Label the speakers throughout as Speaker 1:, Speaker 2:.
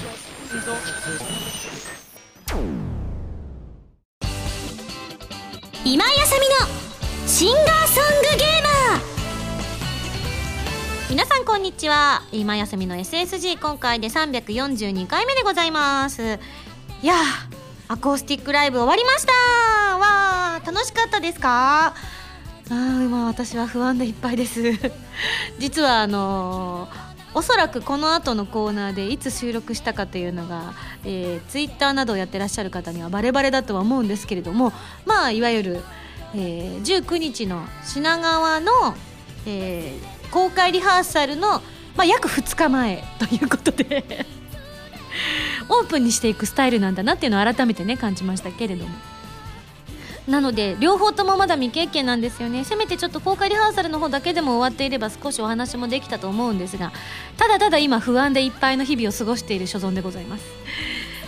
Speaker 1: と
Speaker 2: 今井あさみのシンガーソングゲーマー皆さんこんにちは今井あさみの SSG 今回で342回目でございますいやーアコースティックライブ終わりましたわー楽しかったですかあー今私は不安でいっぱいです 実はあのーおそらくこの後のコーナーでいつ収録したかというのが、えー、ツイッターなどをやってらっしゃる方にはバレバレだとは思うんですけれどもまあいわゆる、えー19日の品川の、えー公開リハーサルの、まあ、約2日前ということで オープンにしていくスタイルなんだなっていうのを改めてね感じましたけれども。なので両方ともまだ未経験なんですよねせめてちょっと公開リハーサルの方だけでも終わっていれば少しお話もできたと思うんですがただただ今不安でいっぱいの日々を過ごしている所存でございます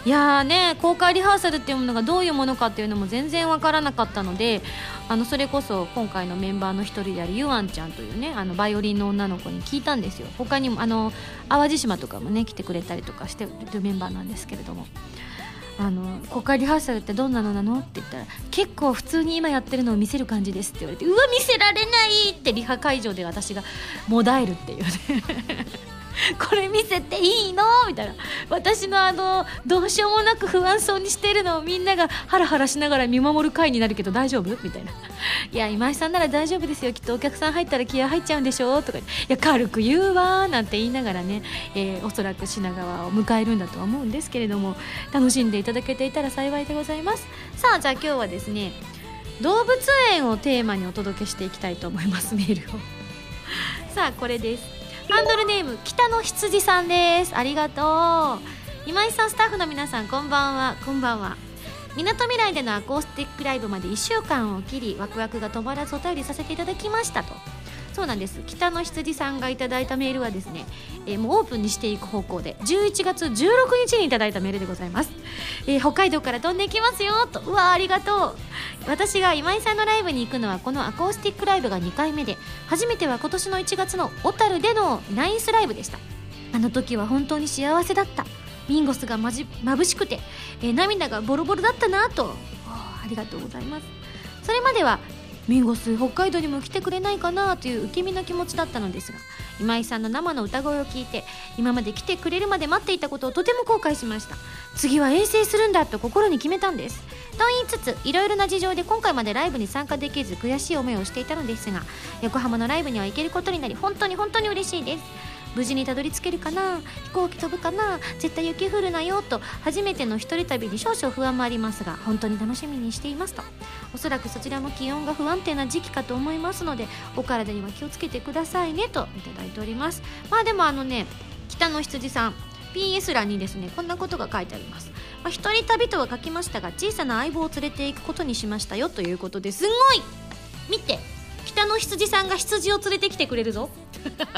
Speaker 2: いやーね公開リハーサルっていうものがどういうものかっていうのも全然わからなかったのであのそれこそ今回のメンバーの一人であるゆあんちゃんというねあのバイオリンの女の子に聞いたんですよ他にもあの淡路島とかもね来てくれたりとかしてるメンバーなんですけれどもあの公開リハーサルってどんなのなのって言ったら結構普通に今やってるのを見せる感じですって言われてうわ見せられないってリハ会場で私がもだえるっていうね これ見せていいのみたいな私のあのどうしようもなく不安そうにしてるのをみんながハラハラしながら見守る回になるけど大丈夫みたいない や今井さんなら大丈夫ですよきっとお客さん入ったら気合入っちゃうんでしょとか言っていや軽く言うわーなんて言いながらね、えーおそらく品川を迎えるんだとは思うんですけれども楽しんでいただけていたら幸いでございますさあじゃあ今日はですね動物園をテーマにお届けしていきたいと思いますメールをさあこれですハンドルネーム北の羊さんですありがとう今井さんスタッフの皆さんこんばんはこんばんはみなとみらいでのアコースティックライブまで1週間を切りワクワクが止まらずお便りさせていただきましたとそうなんです北の羊さんがいただいたメールはですね、えーもうオープンにしていく方向で11月16日にいただいたメールでございます、えー北海道から飛んでいきますよとうわーありがとう私が今井さんのライブに行くのはこのアコースティックライブが2回目で初めては今年の1月の小樽でのナインスライブでしたあの時は本当に幸せだったミンゴスがまじ眩しくて、えー涙がボロボロだったなとおーありがとうございますそれまではミンゴス北海道にも来てくれないかなという受け身の気持ちだったのですが今井さんの生の歌声を聞いて今まで来てくれるまで待っていたことをとても後悔しました次は遠征するんだと心に決めたんですと言いつついろいろな事情で今回までライブに参加できず悔しい思いをしていたのですが横浜のライブには行けることになり本当に本当に嬉しいです無事にたどり着けるかな飛行機飛ぶかな絶対雪降るなよと初めての一人旅に少々不安もありますが本当に楽しみにしていますとおそらくそちらも気温が不安定な時期かと思いますのでお体には気をつけてくださいねといただいておりますまあでもあのね北の羊さん PS 欄にですねこんなことが書いてあります、まあ、一人旅とは書きましたが小さな相棒を連れていくことにしましたよということですごい見て北の羊さんが羊を連れてきてくれるぞ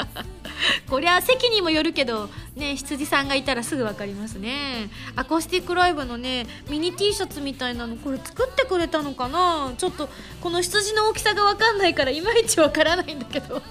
Speaker 2: こりゃ席にもよるけどね羊さんがいたらすぐ分かりますねアコースティックライブのねミニ T シャツみたいなのこれ作ってくれたのかなちょっとこの羊の大きさが分かんないからいまいち分からないんだけど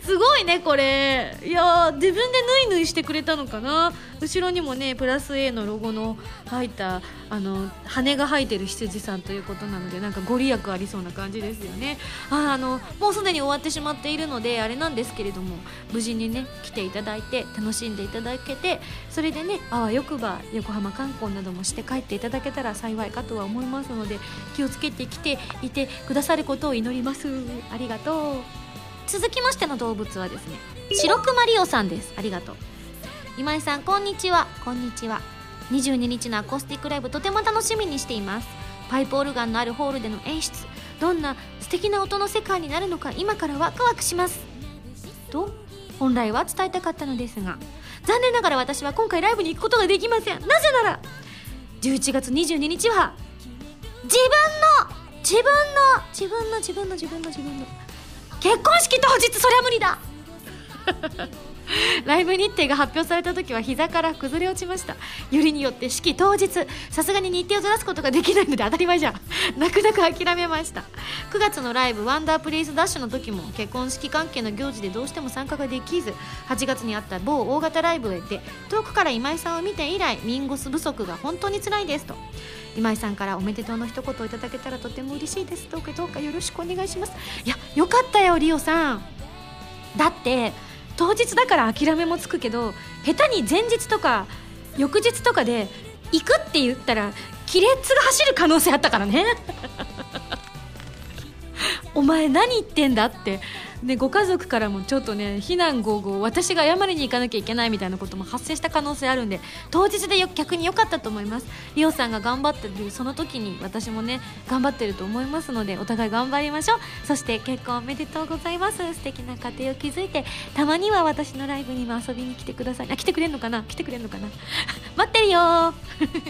Speaker 2: すごいねこれいやー自分でぬいぬいしてくれたのかな後ろにもねプラス A のロゴの入ったあの羽が生えてる羊さんということなのでなんかご利益ありそうな感じですよねあーあのもうすでに終わってしまっているのであれなんですけれども無事にね来ていただいて楽しんでいただけてそれでねあわよくば横浜観光などもして帰っていただけたら幸いかとは思いますので気をつけて来ていてくださることを祈りますありがとう続きましての動物はですね白熊リオさんですありがとう今井さんこんにちはこんにちは22日のアコースティックライブとても楽しみにしていますパイプオルガンのあるホールでの演出どんな素敵な音の世界になるのか今からワクワクしますと本来は伝えたかったのですが残念ながら私は今回ライブに行くことができませんなぜなら11月22日は自分の自分の自分の自分の自分の自分の結婚式当日そりゃ無理だ ライブ日程が発表された時は膝から崩れ落ちましたよりによって式当日さすがに日程をずらすことができないので当たり前じゃん 泣く泣く諦めました9月のライブ「ワンダープレイスダッシュの時も結婚式関係の行事でどうしても参加ができず8月にあった某大型ライブへ行って遠くから今井さんを見て以来ミンゴス不足が本当につらいですと今井さんからおめでとうの一言をいただけたらとても嬉しいですどうかどうかよろしくお願いしますいやよかったよリオさんだって当日だから諦めもつくけど下手に前日とか翌日とかで行くって言ったら亀裂が走る可能性あったからね お前何言ってんだってでご家族からもちょっとね非難合々私が謝りに行かなきゃいけないみたいなことも発生した可能性あるんで当日でよ逆に良かったと思いますリオさんが頑張ってるその時に私もね頑張ってると思いますのでお互い頑張りましょうそして結婚おめでとうございます素敵な家庭を築いてたまには私のライブにも遊びに来てくださいあ来てくれんのかな来てくれんのかな 待ってるよー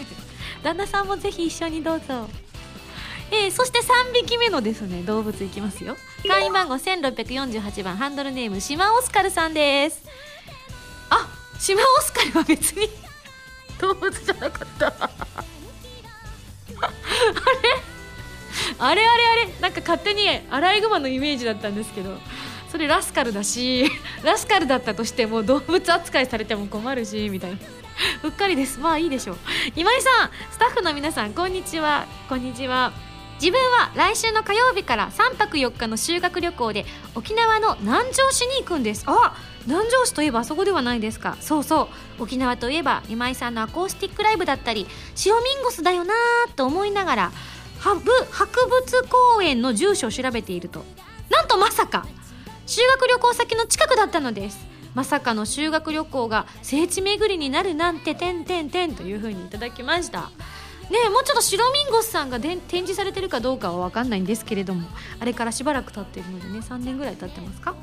Speaker 2: 旦那さんもぜひ一緒にどうぞえーそして3匹目のですね動物いきますよ会員番号1648番ハンドルネームシマオスカルさんですあシマオスカルは別に 動物じゃなかったあれあれあれあれなんか勝手にアライグマのイメージだったんですけどそれラスカルだしラスカルだったとしても動物扱いされても困るしみたいなうっかりですまあいいでしょう今井さんスタッフの皆さんこんにちはこんにちは自分は来週の火曜日から3泊4日の修学旅行で沖縄の南城市に行くんですあ南城市といえばあそこではないですかそうそう沖縄といえば今井さんのアコースティックライブだったりシオミンゴスだよなーと思いながらはぶ博物公園の住所を調べているとなんとまさか修学旅行先の近くだったのですまさかの修学旅行が聖地巡りになるなんててんてんてんというふうにいただきましたねえもうちょっと白ミンゴスさんがでん展示されてるかどうかは分かんないんですけれどもあれからしばらく経っているのでね3年ぐらい経ってますか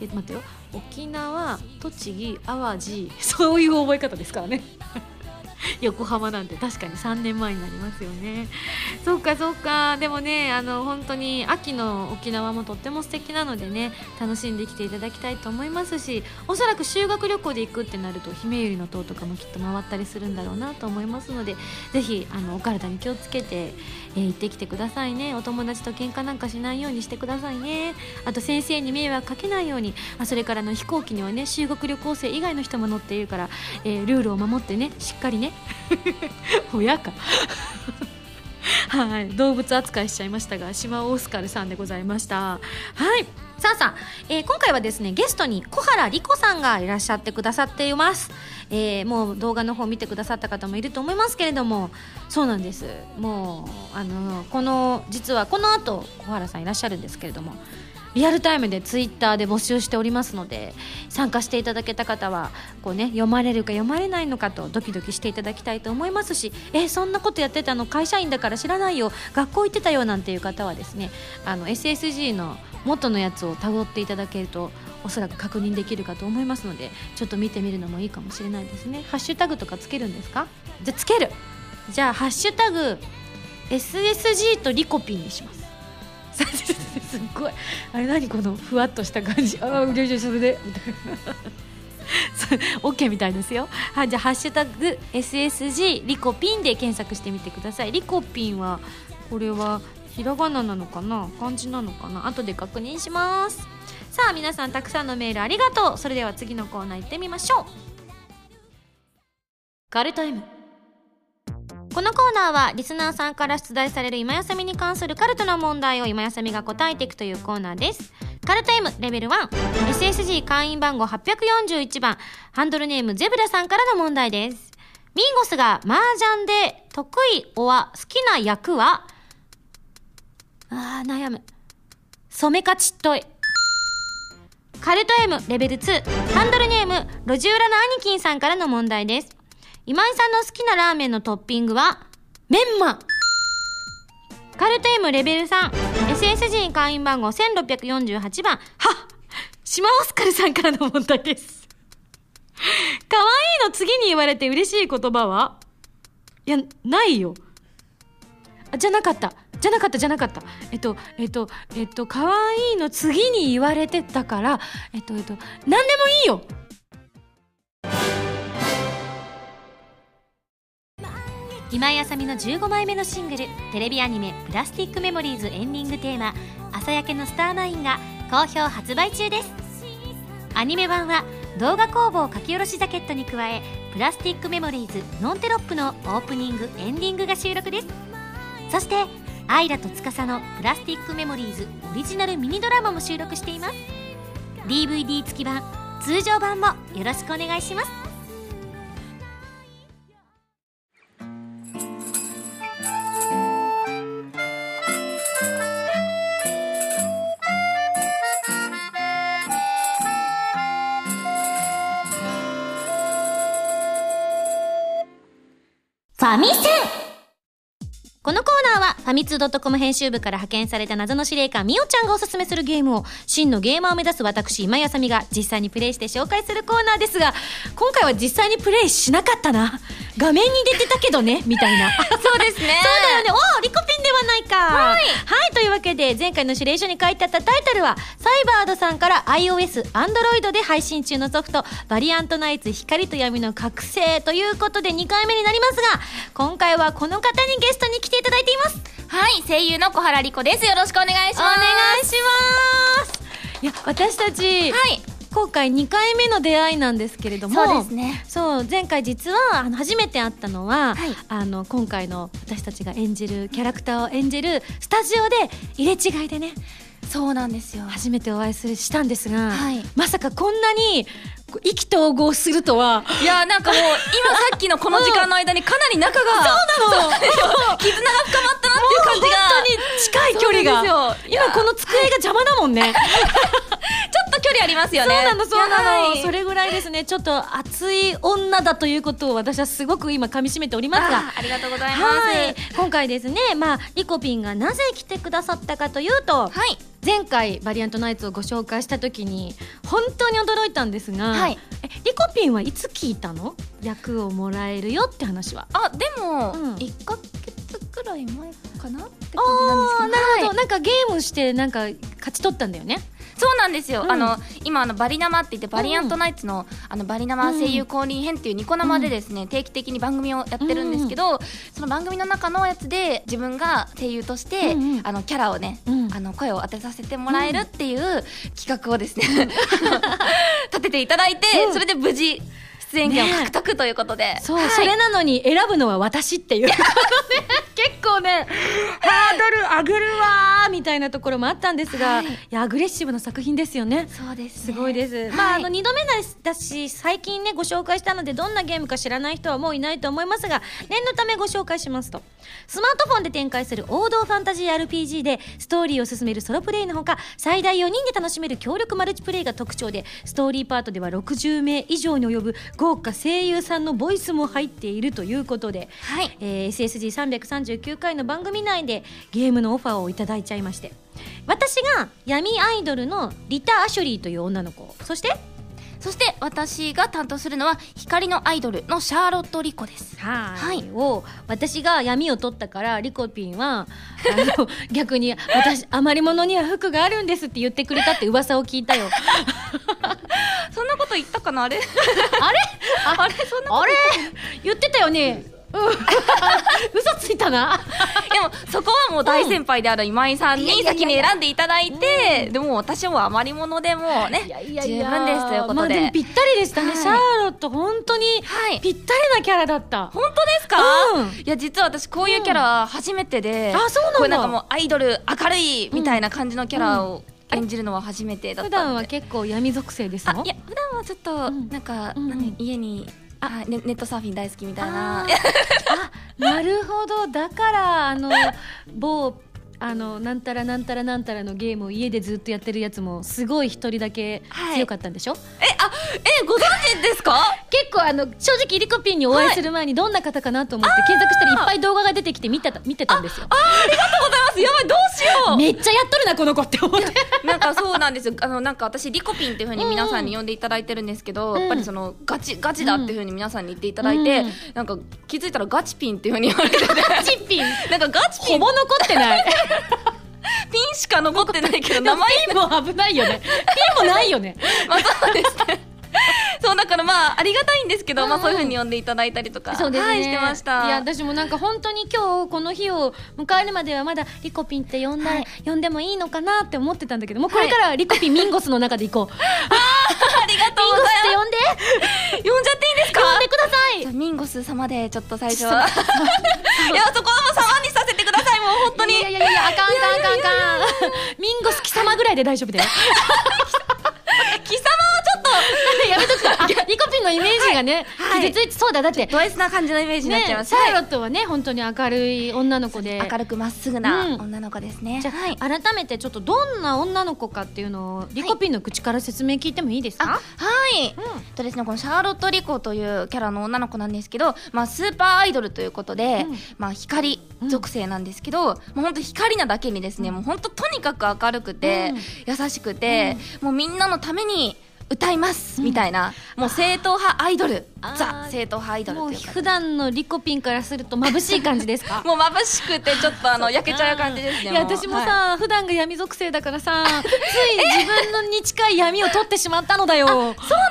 Speaker 2: え待ってよ沖縄栃木淡路 そういう覚え方ですからね 横浜なんて確かに3年前になりますよねそうかそうかでもねあの本当に秋の沖縄もとっても素敵なのでね楽しんできていただきたいと思いますしおそらく修学旅行で行くってなるとひめゆりの塔とかもきっと回ったりするんだろうなと思いますのでぜひあのお体に気をつけて、えー行ってきてくださいねお友達と喧嘩なんかしないようにしてくださいねあと先生に迷惑かけないようにあそれからあの飛行機にはね修学旅行生以外の人も乗っているから、えールールを守ってねしっかりね 親か はい、動物扱いしちゃいましたが、島オスカルさんでございました。はい。さあさあ、えー今回はですね、ゲストに小原莉子さんがいらっしゃってくださっています。えーもう動画の方見てくださった方もいると思いますけれども、そうなんです。もう、あの、この、実はこの後、小原さんいらっしゃるんですけれども、リアルタイムでツイッターで募集しておりますので参加していただけた方はこう、ね、読まれるか読まれないのかとドキドキしていただきたいと思いますしえそんなことやってたの会社員だから知らないよ学校行ってたよなんていう方はですねあの SSG の元のやつをたどっていただけるとおそらく確認できるかと思いますのでちょっと見てみるのもいいかもしれないですねハッシュタグとかつけるんですかじゃあつけるじゃあ「ハッシュタグ #SSG とリコピン」にします すっごい あれ何このふわっとした感じああうれしいそれで みたいなそう OK みたいですよはいじゃあ「ハッシュタグ #SSG リコピン」で検索してみてくださいリコピンはこれはひらがななのかな漢字なのかな後で確認しますさあ皆さんたくさんのメールありがとうそれでは次のコーナー行ってみましょうカルタイムこのコーナーはリスナーさんから出題される今休みに関するカルトの問題を今休みが答えていくというコーナーですカルト M レベル 1SSG 会員番号841番ハンドルネームゼブラさんからの問題ですミンゴスが麻雀で得意おは好きな役はあー悩む染めかちっといカルト M レベル2ハンドルネーム路地裏のアニキンさんからの問題です今井さんの好きなラーメンのトッピングはメンマカルト M レベル 3SSG 会員番号1648番は島オスカルさんからの問題です可愛いの次に言われて嬉しい言葉はいやないよあじゃなかったじゃなかったじゃなかったえっとえっとえっと可愛いの次に言われてたからえっとえっと何でもいいよ今井あさみの15枚目のシングルテレビアニメ「プラスティックメモリーズ」エンディングテーマ「朝焼けのスターマイン」が好評発売中ですアニメ版は動画工房書き下ろしジャケットに加え「プラスティックメモリーズノンテロップ」のオープニングエンディングが収録ですそしてアイラと司の「プラスティックメモリーズ」オリジナルミニドラマも収録しています DVD 付き版通常版もよろしくお願いしますファミセンこのコーナーはファミツー .com 編集部から派遣された謎の司令官みおちゃんがおすすめするゲームを真のゲーマーを目指す私今井あさみが実際にプレイして紹介するコーナーですが今回は実際にプレイしなかったな画面に出てたけどねみたいな
Speaker 3: そうです
Speaker 2: そ
Speaker 3: ね。
Speaker 2: うだよね。おーリコピンではないか。はい。というわけで、前回の指令書に書いてあったタイトルは、サイバードさんから iOS、Android で配信中のソフト、バリアントナイツ光と闇の覚醒ということで2回目になりますが、今回はこの方にゲストに来ていただいています。
Speaker 3: はい、声優の小原莉子です。よろしくお願いします。
Speaker 2: お願いします。いや、私たち、
Speaker 3: はい。
Speaker 2: 今回2回目の出会いなんですけれども、
Speaker 3: そうですね。
Speaker 2: そう前回実はあの初めて会ったのは、
Speaker 3: はい
Speaker 2: あの今回の私たちが演じるキャラクターを演じるスタジオで入れ違いでね
Speaker 3: そうなんですよ。
Speaker 2: 初めてお会いするしたんですが、
Speaker 3: はい
Speaker 2: まさかこんなにこう意気投合するとはい
Speaker 3: や、なんかもう、今さっきのこの時間の間にかなり仲が、
Speaker 2: そうなのもう
Speaker 3: 絆が深まったなっていう
Speaker 2: 本
Speaker 3: 感じが。
Speaker 2: 当に近い距離が
Speaker 3: そうなんですよ
Speaker 2: 今この机が邪魔だもんね、
Speaker 3: ちょっと距離ありますよね。
Speaker 2: そうなのそうなの、
Speaker 3: はい
Speaker 2: それぐらいですねちょっと熱い女だということを私はすごく今噛み締めておりますが
Speaker 3: あありがとうございます。
Speaker 2: はい、今回ですね、まあ、リコピンがなぜ来てくださったかというと、
Speaker 3: はい。
Speaker 2: 前回バリアントナイツをご紹介した時に本当に驚いたんですが、
Speaker 3: はい
Speaker 2: えリコピンはいつ聞いたの役をもらえるよって話は。
Speaker 3: あ、でも、
Speaker 2: うん
Speaker 3: 1ヶ月くらい前かなって感じなんです
Speaker 2: あ
Speaker 3: け
Speaker 2: ーな
Speaker 3: ど。
Speaker 2: るほど、
Speaker 3: はい
Speaker 2: なんかゲームしてなんか勝ち取ったんだよね。
Speaker 3: そうなんですよ、
Speaker 2: うん
Speaker 3: あの今あのバリ生って言ってバリアントナイツの,、あのバリ生声優降臨編っていうニコ生でですね、定期的に番組をやってるんですけど、その番組の中のやつで自分が声優として、
Speaker 2: うんうん
Speaker 3: あのキャラをね、
Speaker 2: うん
Speaker 3: あの声を当てさせてもらえるっていう企画をですね、 立てていただいて、
Speaker 2: うん
Speaker 3: それで無事出演権を
Speaker 2: ねえ
Speaker 3: 獲得ということで、
Speaker 2: そう、
Speaker 3: はい
Speaker 2: それなのに選ぶのは私って いうこのね結構ねハードル上げるわーみたいなところもあったんですが、、
Speaker 3: はいい
Speaker 2: やアグレッシブな作品ですよね。
Speaker 3: そうです、
Speaker 2: すごいです、
Speaker 3: はい
Speaker 2: まああの2度目だし最近ねご紹介したのでどんなゲームか知らない人はもういないと思いますが念のためご紹介しますとスマートフォンで展開する王道ファンタジー RPG でストーリーを進めるソロプレイのほか最大4人で楽しめる協力マルチプレイが特徴でストーリーパートでは60名以上に及ぶ豪華声優さんのボイスも入っているということで、
Speaker 3: はい
Speaker 2: えー SSG339 回の番組内でゲームのオファーをいただいちゃいまして私が闇アイドルのリタ・アシュリーという女の子そして
Speaker 3: そして私が担当するのは光のアイドルのシャーロット・リコです
Speaker 2: は
Speaker 3: はい
Speaker 2: いを私が闇を取ったからリコピンはあの 逆に私余り物には服があるんですって言ってくれたって噂を聞いたよ
Speaker 3: そんなこと言ったかなあれ
Speaker 2: あれ
Speaker 3: あれそんな
Speaker 2: あれ言ってたよねうん 嘘ついたな
Speaker 3: でもそこはもう大先輩である今井さん
Speaker 2: いやいや
Speaker 3: に
Speaker 2: いやいや
Speaker 3: 先に選んでいただいてでも私はもう余り物でもうね
Speaker 2: い
Speaker 3: 十
Speaker 2: やいやいや
Speaker 3: 分ですというこ
Speaker 2: ま
Speaker 3: と
Speaker 2: あで
Speaker 3: で
Speaker 2: もぴったりでしたね、
Speaker 3: はい
Speaker 2: シャーロット本当に
Speaker 3: はい
Speaker 2: ぴったりなキャラだった、
Speaker 3: 本当ですか
Speaker 2: うん
Speaker 3: いや実は私こういうキャラは初めてで
Speaker 2: うんあそうなんだ
Speaker 3: こういうなんかもうアイドル明るいみたいな感じのキャラを演じるのは初めてだっ
Speaker 2: 普
Speaker 3: た
Speaker 2: 段
Speaker 3: の
Speaker 2: は
Speaker 3: で
Speaker 2: 結構闇属性です
Speaker 3: あ
Speaker 2: の
Speaker 3: いや普段はちょっと
Speaker 2: うん
Speaker 3: なんか
Speaker 2: うん
Speaker 3: なんか家に
Speaker 2: あ
Speaker 3: あネネットサーフィン大好きみたいな
Speaker 2: あー あなるほどだからあの某あのなんたらなんたらなんたらのゲームを家でずっとやってるやつもすごい一人だけ
Speaker 3: はい
Speaker 2: 強かったんでしょ、
Speaker 3: えあえご存知ですか
Speaker 2: 結構 あの正直リコピンにお会いする前にどんな方かなと思って検索したらいっぱい動画が出てきて見てた見てたんですよ
Speaker 3: ございますやばいどうしよう
Speaker 2: めっちゃやっとるなこの子って思って
Speaker 3: なんかそうなんですよ。あのなんか私リコピンっていう風に皆さんに呼んでいただいてるんですけど、
Speaker 2: うん
Speaker 3: やっぱりそのガチガチだっていう風に皆さんに言っていただいて、
Speaker 2: うん
Speaker 3: なんか気づいたらガチピンっていう風に 言われてて、
Speaker 2: チッピン
Speaker 3: なんかガチピ
Speaker 2: ほ
Speaker 3: ン
Speaker 2: ぼ残ってない
Speaker 3: ピンしか残ってないけど
Speaker 2: で
Speaker 3: 名
Speaker 2: も
Speaker 3: 前
Speaker 2: ピンも危ないよねピンもないよね
Speaker 3: まあそうですね。 そうだからまあありがたいんですけど、
Speaker 2: うん
Speaker 3: まあそういう風に呼んでいただいたりとか、
Speaker 2: そうですね、
Speaker 3: はいしてました。
Speaker 2: いや私もなんか本当に今日この日を迎えるまではまだリコピンって呼んだ、
Speaker 3: はい
Speaker 2: 呼んでもいいのかなって思ってたんだけどもうこれからはリコピンミンゴスの中で行こ う、
Speaker 3: ありがとうご
Speaker 2: ミン
Speaker 3: ざい
Speaker 2: ゴスって呼んで
Speaker 3: ます。呼んじゃっていいんですか？
Speaker 2: 呼んでください
Speaker 3: じゃあミンゴス様でちょっと最初は いやそこはもう様にさせてくださいもう本当に
Speaker 2: いやいやいやいやあかんあかんあかんあかん ミンゴス貴様ぐらいで大丈夫だよ
Speaker 3: 貴様はちょっと
Speaker 2: やめとく かあリコピンのイメージがね、
Speaker 3: はい
Speaker 2: 傷ついてそうだだって
Speaker 3: ド S な感じのイメージになっ
Speaker 2: ね
Speaker 3: ちゃいます、
Speaker 2: シャーロ
Speaker 3: は
Speaker 2: ットはね本当に明るい女の子で
Speaker 3: い明るくまっすぐ
Speaker 2: う
Speaker 3: なん女の子ですね、
Speaker 2: じゃあ、
Speaker 3: はい
Speaker 2: 改めてちょっとどんな女の子かっていうのをリコピンの口から説明聞いてもいいですか
Speaker 3: あ、はい、えっとですね、このシャーロット・リコというキャラの女の子なんですけど、まあ、スーパーアイドルということで、
Speaker 2: うん
Speaker 3: まあ、光属性なんですけど、もう本当光なだけにですね、もう本当とにかく明るくて、優しくて、もうみんなのために歌います、みたいなもう正統派アイドル
Speaker 2: あー
Speaker 3: ザ正統派アイドル
Speaker 2: も
Speaker 3: と
Speaker 2: う
Speaker 3: いうか
Speaker 2: 普段のリコピンからすると眩しい感じです か
Speaker 3: もう眩しくてちょっとあの焼けちゃう感じですね
Speaker 2: いや私も
Speaker 3: はい
Speaker 2: さ、普段が闇属性だから さつい自分のに近い闇を取ってしまったのだよ
Speaker 3: そう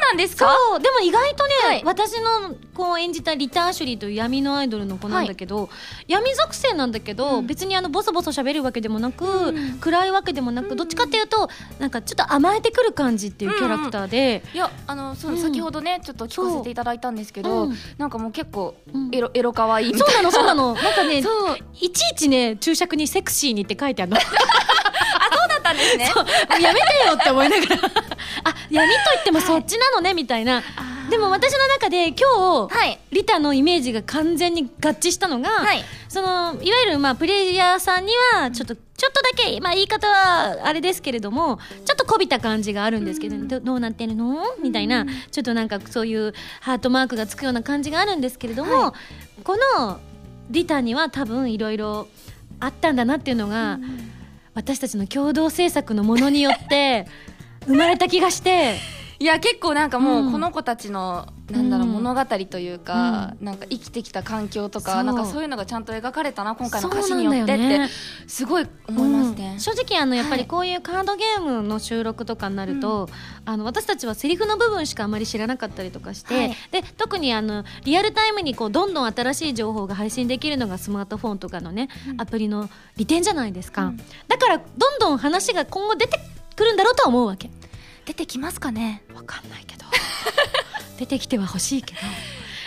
Speaker 3: なんですか
Speaker 2: そうでも意外とね、
Speaker 3: はい
Speaker 2: 私のこう演じたリター・シュリーという闇のアイドルの子なんだけど、闇属性なんだけど、
Speaker 3: うん
Speaker 2: 別にあのボソボソ喋るわけでもなく、
Speaker 3: うん
Speaker 2: 暗いわけでもなく、
Speaker 3: うん
Speaker 2: どっちかっていうとなんかちょっと甘えてくる感じっていうキャラクターで、
Speaker 3: いやあのそう、
Speaker 2: うん
Speaker 3: 先ほどねちょっと聞かせていただいたんですけ
Speaker 2: そう
Speaker 3: ど、
Speaker 2: うん
Speaker 3: なんかもう結構
Speaker 2: うん
Speaker 3: エロ、エロ可愛いみた
Speaker 2: そ
Speaker 3: い
Speaker 2: な
Speaker 3: う
Speaker 2: のそうなのなんかね
Speaker 3: なそう
Speaker 2: いちいちね注釈に「セクシーに」って書いてあるの も
Speaker 3: あそうだったんですね
Speaker 2: うやめてよって思いながら あ闇と言ってもそっちなのねみたいな、でも私の中で今日、
Speaker 3: はい
Speaker 2: リタのイメージが完全に合致したのが、
Speaker 3: はい
Speaker 2: そのいわゆるまあプレイヤーさんにはちょっとちょっとだけ、まあ、言い方はあれですけれどもちょっとこびた感じがあるんですけど、どどうなってるのみたいな、ちょっとなんかそういうハートマークがつくような感じがあるんですけれども、
Speaker 3: は
Speaker 2: このリタには多分いろいろあったんだなっていうのが、私たちの共同制作のものによって生まれた気がして。
Speaker 3: いや結構なんかも
Speaker 2: う
Speaker 3: うんこの子たちの、なんだろう
Speaker 2: うん
Speaker 3: 物語というか、なんか生きてきた環境とか
Speaker 2: そう
Speaker 3: なんかそういうのがちゃんと描かれたな 今回の歌詞
Speaker 2: そう
Speaker 3: に
Speaker 2: なん
Speaker 3: よ
Speaker 2: だ
Speaker 3: って
Speaker 2: よ
Speaker 3: って、
Speaker 2: ね
Speaker 3: すごい思いますね、
Speaker 2: うん正直あのやっぱ
Speaker 3: は
Speaker 2: り
Speaker 3: い
Speaker 2: こういうカードゲームの収録とかになると、あの私たちはセリフの部分しかあまり知らなかったりとかして、
Speaker 3: はい
Speaker 2: で特にあのリアルタイムにこうどんどん新しい情報が配信できるのがスマートフォンとかのね、アプリの利点じゃないですか、
Speaker 3: うん
Speaker 2: だからどんどん話が今後出てくるんだろうとは思うわけ
Speaker 3: 出てきますかね
Speaker 2: わかんないけど 出てきては欲しいけど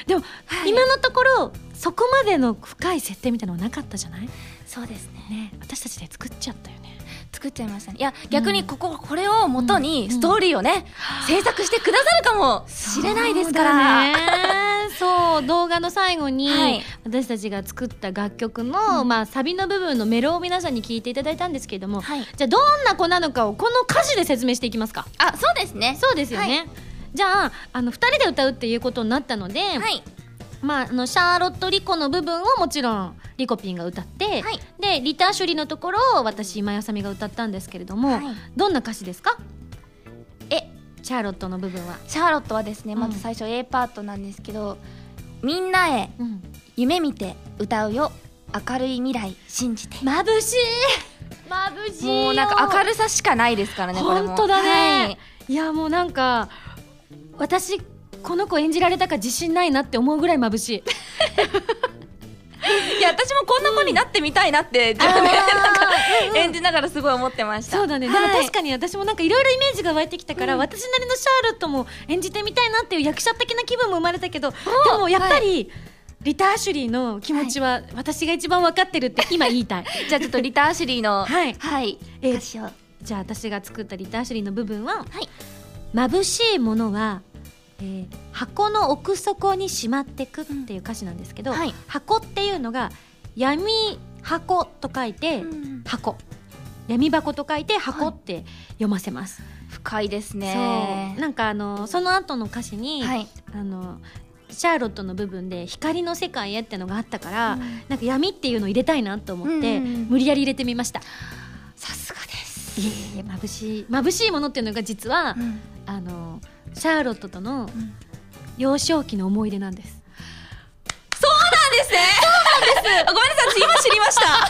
Speaker 2: でも、今のところそこまでの深い設定みたいなのはなかったじゃない
Speaker 3: そうですね
Speaker 2: ね私たちで作っちゃったよね
Speaker 3: 作っちゃいましたねいや逆にここ、これを元にストーリーをね、制作してくださるかもしれないですから
Speaker 2: そうだねそう動画の最後に、
Speaker 3: はい
Speaker 2: 私たちが作った楽曲の、まあ、サビの部分のメロを皆さんに聞いていただいたんですけれども、
Speaker 3: はい
Speaker 2: じゃあどんな子なのかをこの歌詞で説明していきますか
Speaker 3: あそうですね
Speaker 2: そうですよね、じゃああの2人で歌うっていうことになったので、
Speaker 3: はい
Speaker 2: まあ、あのシャーロット・リコの部分をもちろんリコピンが歌って、
Speaker 3: はい
Speaker 2: でリター・シュリのところを私今やさみが歌ったんですけれども、
Speaker 3: はい
Speaker 2: どんな歌詞ですか
Speaker 3: え
Speaker 2: シャーロットの部分は。
Speaker 3: シャーロットはですね
Speaker 2: うん
Speaker 3: まず最初 A パートなんですけど、みんなへ
Speaker 2: うん
Speaker 3: 夢見て歌うよ明るい未来信じて
Speaker 2: 眩しい眩しいよ
Speaker 3: もうなんか明るさしかないですからねこれも
Speaker 2: 本当だね、、
Speaker 3: はい
Speaker 2: やもうなんか私この子演じられたか自信ないなって思うぐらい眩しい
Speaker 3: い、いや私もこんな子になってみたいなって自分で、なんか演じながらすごい思ってました
Speaker 2: そうだね、
Speaker 3: はい
Speaker 2: でも確かに私もなんかいろいろイメージが湧いてきたから、私なりのシャーロットも演じてみたいなっていう役者的な気分も生まれたけどでもやっぱり、リター・シュリーの気持ちは私が一番分かってるって今言いたい、
Speaker 3: じゃあちょっとリター・シュリーの
Speaker 2: はい
Speaker 3: はい、
Speaker 2: え
Speaker 3: 歌詞を
Speaker 2: じゃあ私が作ったリター・シュリーの部分は、
Speaker 3: はい
Speaker 2: 眩しいものは、えー箱の奥底にしまってくっていう歌詞なんですけど、
Speaker 3: うんはい
Speaker 2: 箱っていうのが闇箱と書いて、
Speaker 3: うん
Speaker 2: 箱闇箱と書いて箱って読ませます、
Speaker 3: 深いですね
Speaker 2: そうなんかあのその後の歌詞に、
Speaker 3: はい
Speaker 2: あのシャーロットの部分で光の世界へってのがあったから、
Speaker 3: うん
Speaker 2: なんか闇っていうのを入れたいなと思って、
Speaker 3: うんうんうん
Speaker 2: 無理やり入れてみました
Speaker 3: さすがです、
Speaker 2: いえいえ眩しい眩しいものっていうのが実は、
Speaker 3: うん
Speaker 2: あのシャーロットとの
Speaker 3: ん
Speaker 2: 幼少期の思い出なんです。
Speaker 3: そうなんですね
Speaker 2: そう
Speaker 3: あごめんなさい、今知りま した。あ、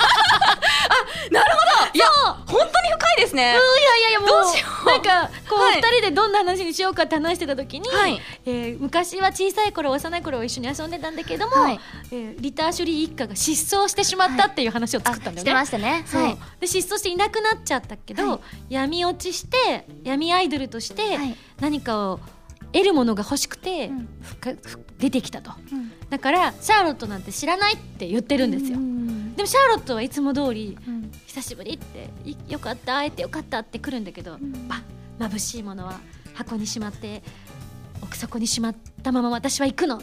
Speaker 3: なるほど。いや、本当に深いですね。
Speaker 2: いやいやいやもう
Speaker 3: どうしよう
Speaker 2: なんかこう、
Speaker 3: はい
Speaker 2: 二人でどんな話にしようかって話してた時に、
Speaker 3: はい
Speaker 2: えー昔は小さい頃幼い頃は一緒に遊んでたんだけども、
Speaker 3: はい
Speaker 2: えーリターシュリー一家が失踪してしまったっていう話を作ったんだよね。
Speaker 3: したね
Speaker 2: そう
Speaker 3: はい。
Speaker 2: で失踪していなくなっちゃったけど、
Speaker 3: は
Speaker 2: 闇落ちして闇アイドルとして
Speaker 3: はい
Speaker 2: 何かを得るものが欲しくて、
Speaker 3: うん
Speaker 2: ふかふ出てきたとだからシャーロットなんて知らないって言ってるんですよ、
Speaker 3: うん
Speaker 2: でもシャーロットはいつも通り久しぶりっていよかった会えてよかったって来るんだけど、
Speaker 3: ん
Speaker 2: ば眩しいものは箱にしまって奥底にしまったまま私は行くのっ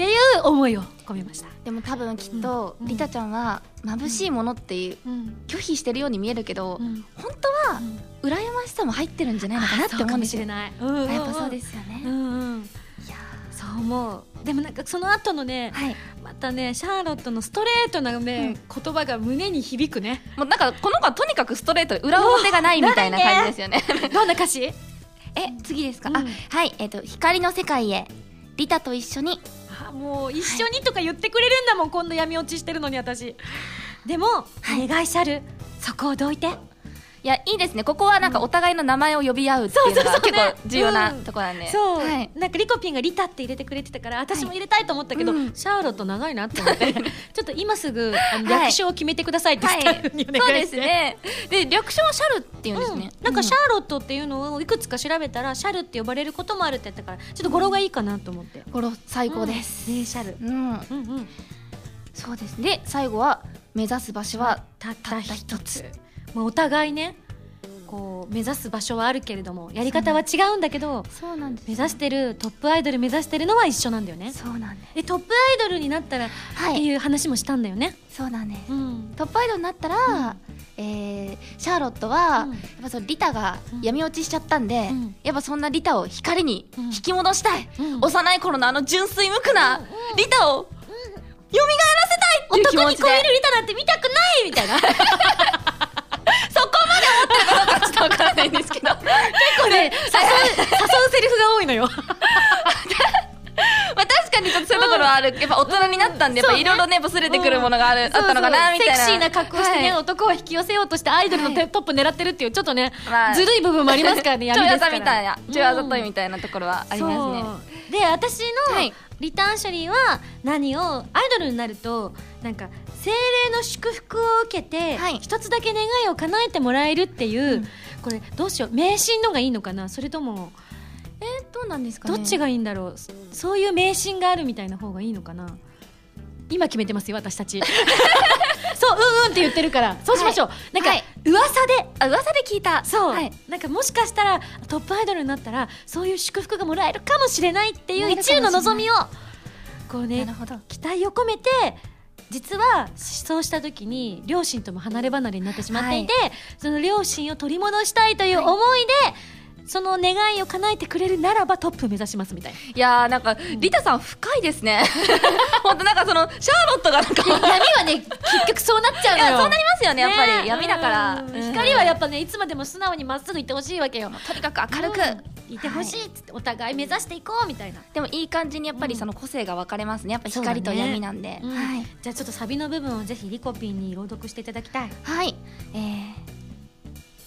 Speaker 2: ていう思いを込めました、
Speaker 3: でも多分きっと、
Speaker 2: うん
Speaker 3: リタちゃんは眩しいものっていう
Speaker 2: うん
Speaker 3: 拒否してるように見えるけど、
Speaker 2: うん、
Speaker 3: 本当は羨ましさも入ってるんじゃないのかなって
Speaker 2: そう
Speaker 3: 思
Speaker 2: か
Speaker 3: う
Speaker 2: も
Speaker 3: んです
Speaker 2: し
Speaker 3: よ
Speaker 2: れ。ない、うんうんうん
Speaker 3: やっぱそうですよ
Speaker 2: う
Speaker 3: ね。
Speaker 2: んうん
Speaker 3: いや
Speaker 2: そう思うでもなんかその後のね
Speaker 3: ーはい。
Speaker 2: またねシャーロットのストレートなね、言葉が胸に響くね
Speaker 3: もうなんかこの子はとにかくストレートで裏表がないみたいな感じですよね。
Speaker 2: どんな歌詞
Speaker 3: え次ですか、
Speaker 2: うん
Speaker 3: あはいえっ、と光の世界へリタと一緒に
Speaker 2: あもう一緒にとか言ってくれるんだもんこんな闇落ちしてるのに私でも、
Speaker 3: はい
Speaker 2: お願いシャルそこをどいて
Speaker 3: いやいいですねここはなんかお互いの名前を呼び合うっていうの
Speaker 2: そ
Speaker 3: が
Speaker 2: うそうそう
Speaker 3: 結
Speaker 2: ね
Speaker 3: 構重要な
Speaker 2: うん
Speaker 3: とこなんで、
Speaker 2: そう、
Speaker 3: はい
Speaker 2: なんかリコピンがリタって入れてくれてたから私も入れたいと思ったけど、
Speaker 3: はいうん
Speaker 2: シャーロット長いなって思ってちょっと今すぐあの
Speaker 3: はい
Speaker 2: 略称を決めてくださいって
Speaker 3: は
Speaker 2: ス
Speaker 3: い
Speaker 2: タッフにお
Speaker 3: そう
Speaker 2: 願い
Speaker 3: で
Speaker 2: し
Speaker 3: す
Speaker 2: て、
Speaker 3: ねで略称はシャルっていうんですね、
Speaker 2: うんなんかシャーロットっていうのをいくつか調べたら、シャルって呼ばれることもあるってやったからちょっと語呂がいいかなと思って、
Speaker 3: これ最高です、
Speaker 2: うんねシャル
Speaker 3: う
Speaker 2: う
Speaker 3: ん、
Speaker 2: んうん
Speaker 3: そうですねで最後は目指す場所は
Speaker 2: たったた
Speaker 3: 一
Speaker 2: 一
Speaker 3: つ
Speaker 2: つまあ、お互いねこう目指す場所はあるけれどもやり方は違うんだけど
Speaker 3: そうなんで
Speaker 2: 目指してるトップアイドル目指してるのは一緒なんだよね
Speaker 3: そうなんです
Speaker 2: でトップアイドルになったらっ
Speaker 3: は
Speaker 2: て
Speaker 3: い
Speaker 2: いう話もしたんだよね、
Speaker 3: そうなんです
Speaker 2: うん
Speaker 3: トップアイドルになったら、えーシャーロットは、
Speaker 2: うん
Speaker 3: やっぱそのリタが闇落ちしちゃったんで、
Speaker 2: うん
Speaker 3: やっぱそんなリタを光に引き戻したい、
Speaker 2: うん
Speaker 3: 幼い頃のあの純粋無垢なリタを蘇 らせたいっていう気
Speaker 2: 男
Speaker 3: 持
Speaker 2: に
Speaker 3: ち
Speaker 2: 超
Speaker 3: で
Speaker 2: えるリタなんて見たくないみたい な
Speaker 3: そこまで思ってるかどうかちょっとわからないんですけど結構 ね
Speaker 2: 誘うセリフが多いのよ
Speaker 3: まあ確かにちょっとそういうところはある、やっぱ大人になったんで、
Speaker 2: うん
Speaker 3: やっぱいろいろねやっぱ擦れてくるものがある、あったのかなみたいな
Speaker 2: セクシーな格好してね、
Speaker 3: はい
Speaker 2: 男を引き寄せようとしてアイドルの
Speaker 3: は
Speaker 2: トップ狙ってるっていうちょっとね、
Speaker 3: まあ
Speaker 2: ずるい部分もありますからね
Speaker 3: ちょい
Speaker 2: 闇で
Speaker 3: あ
Speaker 2: すか
Speaker 3: ざ
Speaker 2: ら
Speaker 3: みたいな、ちょいあざとい
Speaker 2: うん
Speaker 3: みたいなところはありますね
Speaker 2: そうで私
Speaker 3: はい
Speaker 2: のリターン処理は何をアイドルになるとなんか精霊の祝福を受けて
Speaker 3: はい
Speaker 2: 一つだけ願いを叶えてもらえるっていう、
Speaker 3: うん
Speaker 2: これどうしよう迷信のがいいのかなそれとも
Speaker 3: えどうなんですか
Speaker 2: どっち
Speaker 3: が
Speaker 2: がいいんだろう、そそういう迷信があるみたいな方がいいのかな今決めてますよ私た ちそううんうんって言ってるからそうしましょう、なんか、
Speaker 3: はい
Speaker 2: 噂で
Speaker 3: あ噂で聞いた
Speaker 2: そう、
Speaker 3: はい
Speaker 2: なんかもしかしたらトップアイドルになったらそういう祝福がもらえるかもしれないっていう
Speaker 3: もらえるかもし
Speaker 2: 一
Speaker 3: れ
Speaker 2: 流
Speaker 3: な
Speaker 2: の
Speaker 3: い
Speaker 2: 望みをこう
Speaker 3: なる
Speaker 2: ね
Speaker 3: ほど
Speaker 2: 期待を込めて実は失踪した時に両親とも離れ離れになってしまっていて、その両親を取り戻したいという思いで、その願いを叶えてくれるならばトップ目指しますみたいな。
Speaker 3: いやーなんか、リタさん深いで すね本当なんかそのシャーロットがなんか
Speaker 2: 闇はね結局そうなっちゃう
Speaker 3: い
Speaker 2: のよ
Speaker 3: やそうなりますよねやっぱり、
Speaker 2: ね
Speaker 3: 闇だから、
Speaker 2: うん
Speaker 3: うん
Speaker 2: 光はやっぱねいつまでも素直にまっすぐいてほしいわけよ
Speaker 3: とにかく明るく、
Speaker 2: うんいてほしいっつってお互い目指していこうみたいな
Speaker 3: でもいい感じにやっぱりその個性が分かれますねやっぱ光と闇なんで、
Speaker 2: うん
Speaker 3: はい、
Speaker 2: じゃあちょっとサビの部分をぜひリコピンに朗読していただきたい
Speaker 3: はいえー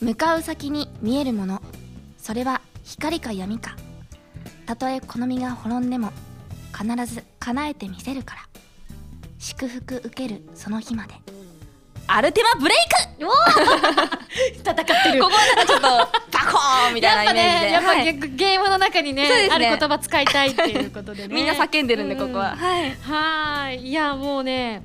Speaker 3: 向かう先に見えるものそれは光か闇かたとえこの身が滅んでも必ず叶えてみせるから祝福受けるその日までアルテマブレイク
Speaker 2: お お戦ってる
Speaker 3: ここはなんかちょっとパコーンみたいなイメージで、
Speaker 2: やっぱ
Speaker 3: は
Speaker 2: ね
Speaker 3: い
Speaker 2: やっぱゲゲームの中にね
Speaker 3: そうです
Speaker 2: あ
Speaker 3: ね
Speaker 2: る言葉使いたいっていうこと でね
Speaker 3: みんな叫んでるんでここは、
Speaker 2: う
Speaker 3: はい
Speaker 2: はーいいやもうね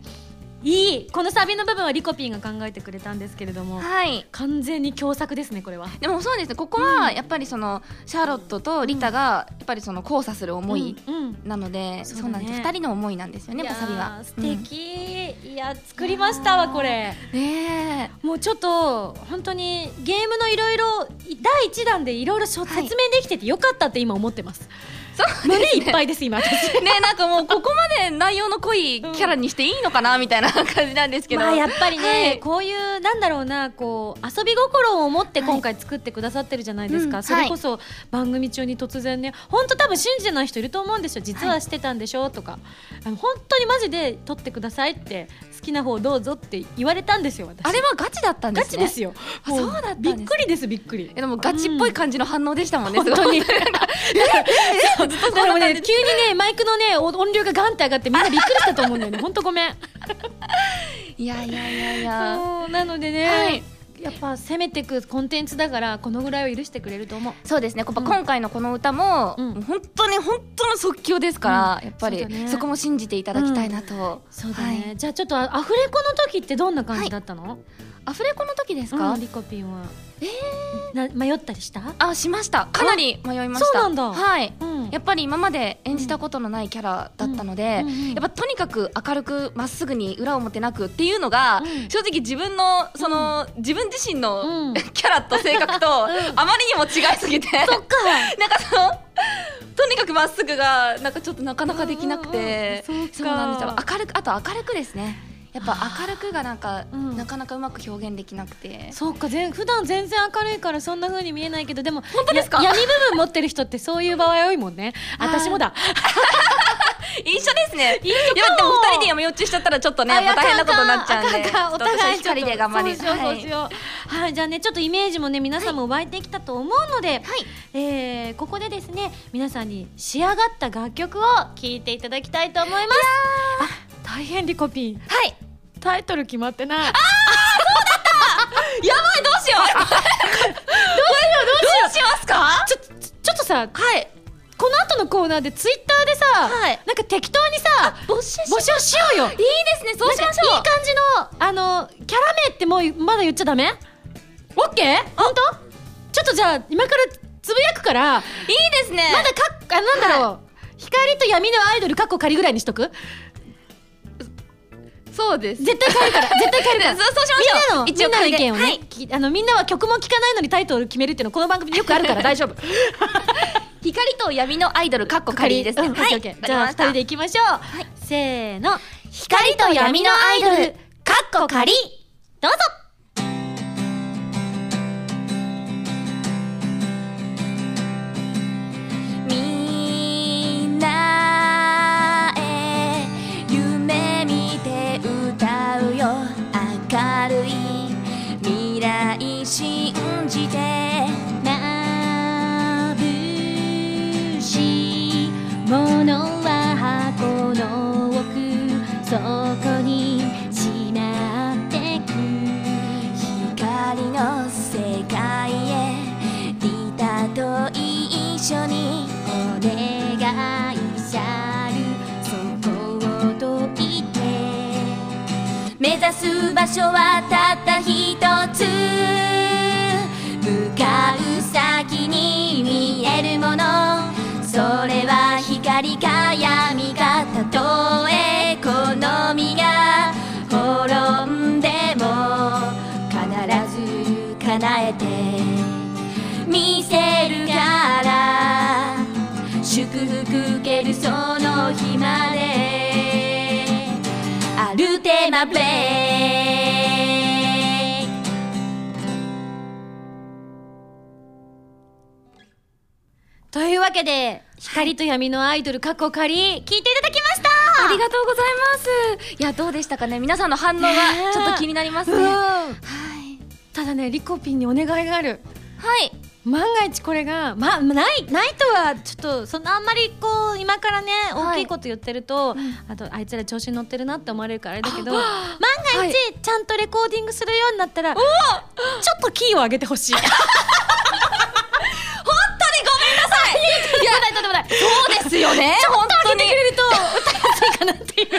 Speaker 2: いいこのサビの部分はリコピンが考えてくれたんですけれども
Speaker 3: はい
Speaker 2: 完全に共作ですねこれは
Speaker 3: でもそうですねここはやっぱりそのシャーロットとリタがやっぱりその交差する思い
Speaker 2: うんうん
Speaker 3: なので、
Speaker 2: そうだね
Speaker 3: そうなんです二人の思いなんですよねやっぱサビ
Speaker 2: いやー
Speaker 3: は
Speaker 2: 素敵、いや作りましたわこれ
Speaker 3: うんね
Speaker 2: もうちょっと本当にゲームのいろいろ第一弾でいろいろ説
Speaker 3: はい
Speaker 2: 明できててよかったって今思ってます、
Speaker 3: えそう
Speaker 2: 胸
Speaker 3: です
Speaker 2: いっぱいです今私
Speaker 3: ねなんかもうここまで内容の濃いキャラにしていいのかなみたいな感じなんですけど、
Speaker 2: まあやっぱりね、
Speaker 3: はい
Speaker 2: こういういうなんだろうなこう遊び心を持って今回作ってくださってるじゃないですか、
Speaker 3: うん
Speaker 2: それこそ番組中に突然ね本当多分信じてない人いると思うんですよ実はしてたんでしょとか、あの本当にマジで撮ってくださいって好きな方どうぞって言われたんですよ私
Speaker 3: あれはガチだったんで
Speaker 2: ガ
Speaker 3: す
Speaker 2: チ
Speaker 3: ね
Speaker 2: ですよ
Speaker 3: あそうだったんです
Speaker 2: び
Speaker 3: ね
Speaker 2: っくりですびっくり
Speaker 3: いやでもガチっぽい感じの反応でしたもんね、
Speaker 2: 本当に。 そう
Speaker 3: とそうだったん
Speaker 2: でも
Speaker 3: で
Speaker 2: ね、急にね、マイクのね、お音量がガンって上がって、みんなびっくりしたと思うんだよ ね。本当ごめん。
Speaker 3: いやいやいやいや
Speaker 2: そうなので
Speaker 3: はい
Speaker 2: ね、やっぱ攻めてくコンテンツだから、このぐらいは許してくれると思う。
Speaker 3: そうですねやっぱ
Speaker 2: うん
Speaker 3: 今回のこの歌も、
Speaker 2: うん
Speaker 3: もう本当に本当の即興ですから、やっぱり
Speaker 2: そう
Speaker 3: そ,、
Speaker 2: だね
Speaker 3: こも信じていただきたいなと、
Speaker 2: そうだね。
Speaker 3: はい、
Speaker 2: じゃあちょっとあアフレコの時ってどんな感じだったの？
Speaker 3: アフレコの時ですか、
Speaker 2: うんリコピンは。ええ。な迷ったりした？
Speaker 3: あしましたかなり迷いました
Speaker 2: そうなんだ
Speaker 3: はい
Speaker 2: うん
Speaker 3: やっぱり今まで演じたことのないキャラだったので、
Speaker 2: うんうんうん
Speaker 3: やっぱとにかく明るくまっすぐに裏表なくっていうのが、
Speaker 2: うん
Speaker 3: 正直自分のその、自分自身の、
Speaker 2: うん
Speaker 3: キャラと性格と、あまりにも違いすぎて
Speaker 2: そっか。
Speaker 3: なんかそのとにかくまっすぐがなんかちょっとなかなかできなくて、
Speaker 2: うんうんうんそうか
Speaker 3: なんですよ明るくあと明るくですねやっぱ明るくがなんか、
Speaker 2: うん
Speaker 3: なかなかうまく表現できなくて
Speaker 2: そうか全普段全然明るいからそんな風に見えないけどでも
Speaker 3: 本当ですか
Speaker 2: や闇部分持ってる人ってそういう場合多いもんね
Speaker 3: はい
Speaker 2: 私もだ
Speaker 3: 一緒ですね
Speaker 2: 一緒かも
Speaker 3: いやでも二人で闇落ちしちゃったらちょっとね
Speaker 2: あ
Speaker 3: やっぱ大変なことになっちゃうんで
Speaker 2: あかんあかんお互い
Speaker 3: ちょっと私は光で頑張り
Speaker 2: そうしよう
Speaker 3: は
Speaker 2: そ
Speaker 3: いう
Speaker 2: しようはいじゃあねちょっとイメージもね皆さんも湧いてきたと思うので、えーここでですね皆さんに仕上がった楽曲を聴いていただきたいと思いますあ大変リコピン
Speaker 3: はい
Speaker 2: タイトル決まってない
Speaker 3: やばいどうしようどうしようどうしますか
Speaker 2: ちょちょちょっとさ
Speaker 3: はい
Speaker 2: この後のコーナーでツイッターでさ、
Speaker 3: はい
Speaker 2: なんか適当にさ
Speaker 3: 募集
Speaker 2: 募集しようよ
Speaker 3: いいですねそうしましょう
Speaker 2: なんかいい感じのあのキャラ名ってもうまだ言っちゃダメオッケー本当ちょっとじゃあ今からつぶやくから
Speaker 3: いいですね
Speaker 2: まだかっあなんだろう、光と闇のアイドルかっこ仮ぐらいにしとく
Speaker 3: そうです
Speaker 2: 絶対変える から絶対変えるから
Speaker 3: そうそうしましょう
Speaker 2: みんなのみんなの意見をね、
Speaker 3: はい
Speaker 2: きあのみんなは曲も聴かないのにタイトル決めるっていうのこの番組でよくあるから大 丈夫
Speaker 3: 光と闇のアイドルかっこ仮ですね
Speaker 2: うんオッ
Speaker 3: は
Speaker 2: ケー
Speaker 3: い
Speaker 2: オッケーじゃあ二人でいきましょう、せーの
Speaker 3: 光と闇のアイドル
Speaker 2: かっこ仮どうぞ
Speaker 3: みんなへ夢見て歌うよ明るい未来信じて
Speaker 2: まぶしいものは箱の奥そこにしなってく
Speaker 3: 光の世界へリタと一緒に
Speaker 2: お願いシャルそこを飛びて
Speaker 3: 目指す場所はたった一つ向かう先に見えるものそれは光か闇かたとえ好みが滅んでも必ず叶えて見せるから祝福受けるその日までアルテマブレイ
Speaker 2: というわけで光と闇のアイドル過去仮聞いていただきました
Speaker 3: ありがとうございますいやどうでしたかね皆さんの反応が
Speaker 2: ねえ
Speaker 3: ちょっと気になりますねはい
Speaker 2: うんただねリコピンにお願いがある
Speaker 3: はい
Speaker 2: 万が一これがまないないとはちょっとそのあんまりこう今からね
Speaker 3: は
Speaker 2: 大
Speaker 3: い
Speaker 2: きいこと言ってると、あとあいつら調子に乗ってるなって思われるからあれだけど万が
Speaker 3: はい
Speaker 2: 一ちゃんとレコーディングするようになったら、ちょっとキーを上げてほ しい本当にごめんなさいいやとんでもないとんでもない
Speaker 3: そうですよね本当に
Speaker 2: そうかなって いう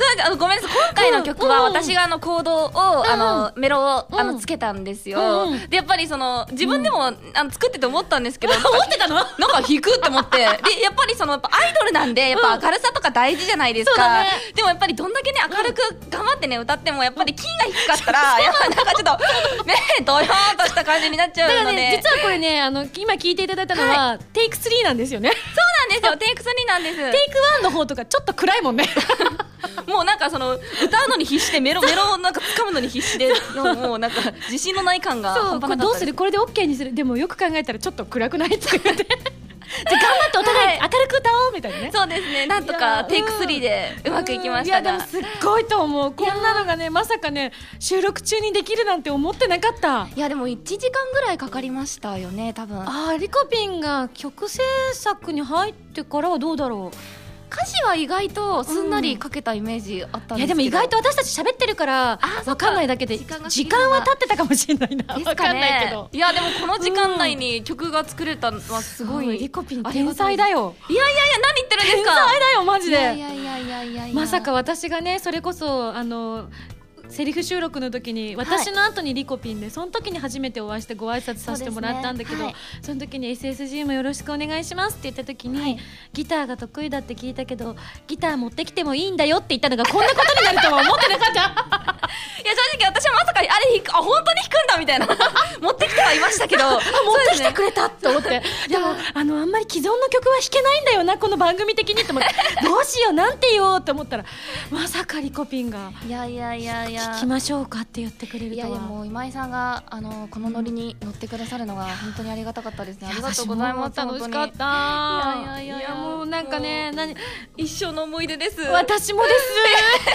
Speaker 3: そうあのごめんなさい今回の曲は
Speaker 2: うんうん
Speaker 3: 私があのコードを、あのメロを、あ
Speaker 2: う
Speaker 3: の
Speaker 2: ん
Speaker 3: つけたんですよ、
Speaker 2: うんうん
Speaker 3: でやっぱりその自分でも、あの作ってて思ったんですけど思
Speaker 2: ってたの
Speaker 3: なんか弾くって思 ってでやっぱりそのやっぱアイドルなんでやっぱ明るさとか大事じゃないです
Speaker 2: そうだ
Speaker 3: か、
Speaker 2: ね
Speaker 3: でもやっぱりどんだけね明るく頑張ってね歌ってもやっぱりキーが低かったら、やっぱなんかちょっ とねドヨーンとした感じになっちゃ
Speaker 2: だか
Speaker 3: う
Speaker 2: ら
Speaker 3: ので
Speaker 2: ね実はこれねあの今聞いていただいたのは、テイク3なんですよね
Speaker 3: そうなんですよテイク3なんで
Speaker 2: テイクワンの方とかちょっと暗いもんね
Speaker 3: すもうなんかその歌うのに必死でメロメロをなんか掴むのに必死でのもうなんか自信のない感 が
Speaker 2: そう
Speaker 3: 半
Speaker 2: こ
Speaker 3: 端
Speaker 2: れ
Speaker 3: なか
Speaker 2: どう
Speaker 3: った
Speaker 2: す
Speaker 3: です
Speaker 2: るこれで OK にするでもよく考えたらちょっと暗くない って言ってじゃあ頑張ってお互い明るく歌おうみたいなね
Speaker 3: そうですねなんと
Speaker 2: いや
Speaker 3: か
Speaker 2: ー
Speaker 3: テイク3でうまくいきまし
Speaker 2: う
Speaker 3: た
Speaker 2: んいや
Speaker 3: が
Speaker 2: でもすっごいと思うこんなのがねまさかね収録中にできるなんて思ってなかった
Speaker 3: いやでも1時間ぐらいかかりましたよね多分
Speaker 2: あーリコピンが曲制作に入ってからはどうだろ
Speaker 3: 歌詞は意外とすんなり書けたイメージあった
Speaker 2: うんいや
Speaker 3: ですけど、
Speaker 2: でも意外と私たち喋ってるから
Speaker 3: あ
Speaker 2: わかんないだけで
Speaker 3: 時間が過ぎるな
Speaker 2: 時間は経ってたかもしれないな
Speaker 3: です
Speaker 2: わか
Speaker 3: か
Speaker 2: んないけ
Speaker 3: ね
Speaker 2: ど
Speaker 3: いやでもこの時間内に曲が作れたのはすごい、
Speaker 2: うん
Speaker 3: いや
Speaker 2: リコピン
Speaker 3: ありが
Speaker 2: 天
Speaker 3: たい
Speaker 2: 才だよ
Speaker 3: いやいや何言ってるんです
Speaker 2: 天
Speaker 3: か
Speaker 2: 才だよマジ
Speaker 3: いやい
Speaker 2: で
Speaker 3: やいやいやいやいや
Speaker 2: まさか私がねそれこそあのセリフ収録の時に私の後にリコピンで、その時に初めてお会いしてご挨拶させてもらったんだけどそ,、
Speaker 3: そうですね
Speaker 2: の時に SSG もよろしくお願いしますって言った時に、ギターが得意だって聞いたけどギター持ってきてもいいんだよって言ったのがこんなことになるとは思ってなか った
Speaker 3: いや正直私はまさかあれ弾くあ本当に弾くんだみたいな 持ってきてはいましたけど持ってきてくれたって思っ
Speaker 2: って でもあのあんまり既存の曲は弾けないんだよなこの番組的にって思ってどうしようなんて言おうって思ったらまさかリコピンが
Speaker 3: いやいやいやいや
Speaker 2: 聞きましょうかって言ってくれる
Speaker 3: い
Speaker 2: と
Speaker 3: や
Speaker 2: は。
Speaker 3: でも今井さんがあのこのノリに乗ってくださるのが本当にありがたかったですねありがとうございます
Speaker 2: 楽し
Speaker 3: 本
Speaker 2: か
Speaker 3: 当
Speaker 2: っ
Speaker 3: に
Speaker 2: た
Speaker 3: いやいやいやいや
Speaker 2: もうなんかね何
Speaker 3: 一生の思い出です
Speaker 2: 私もですさあというわ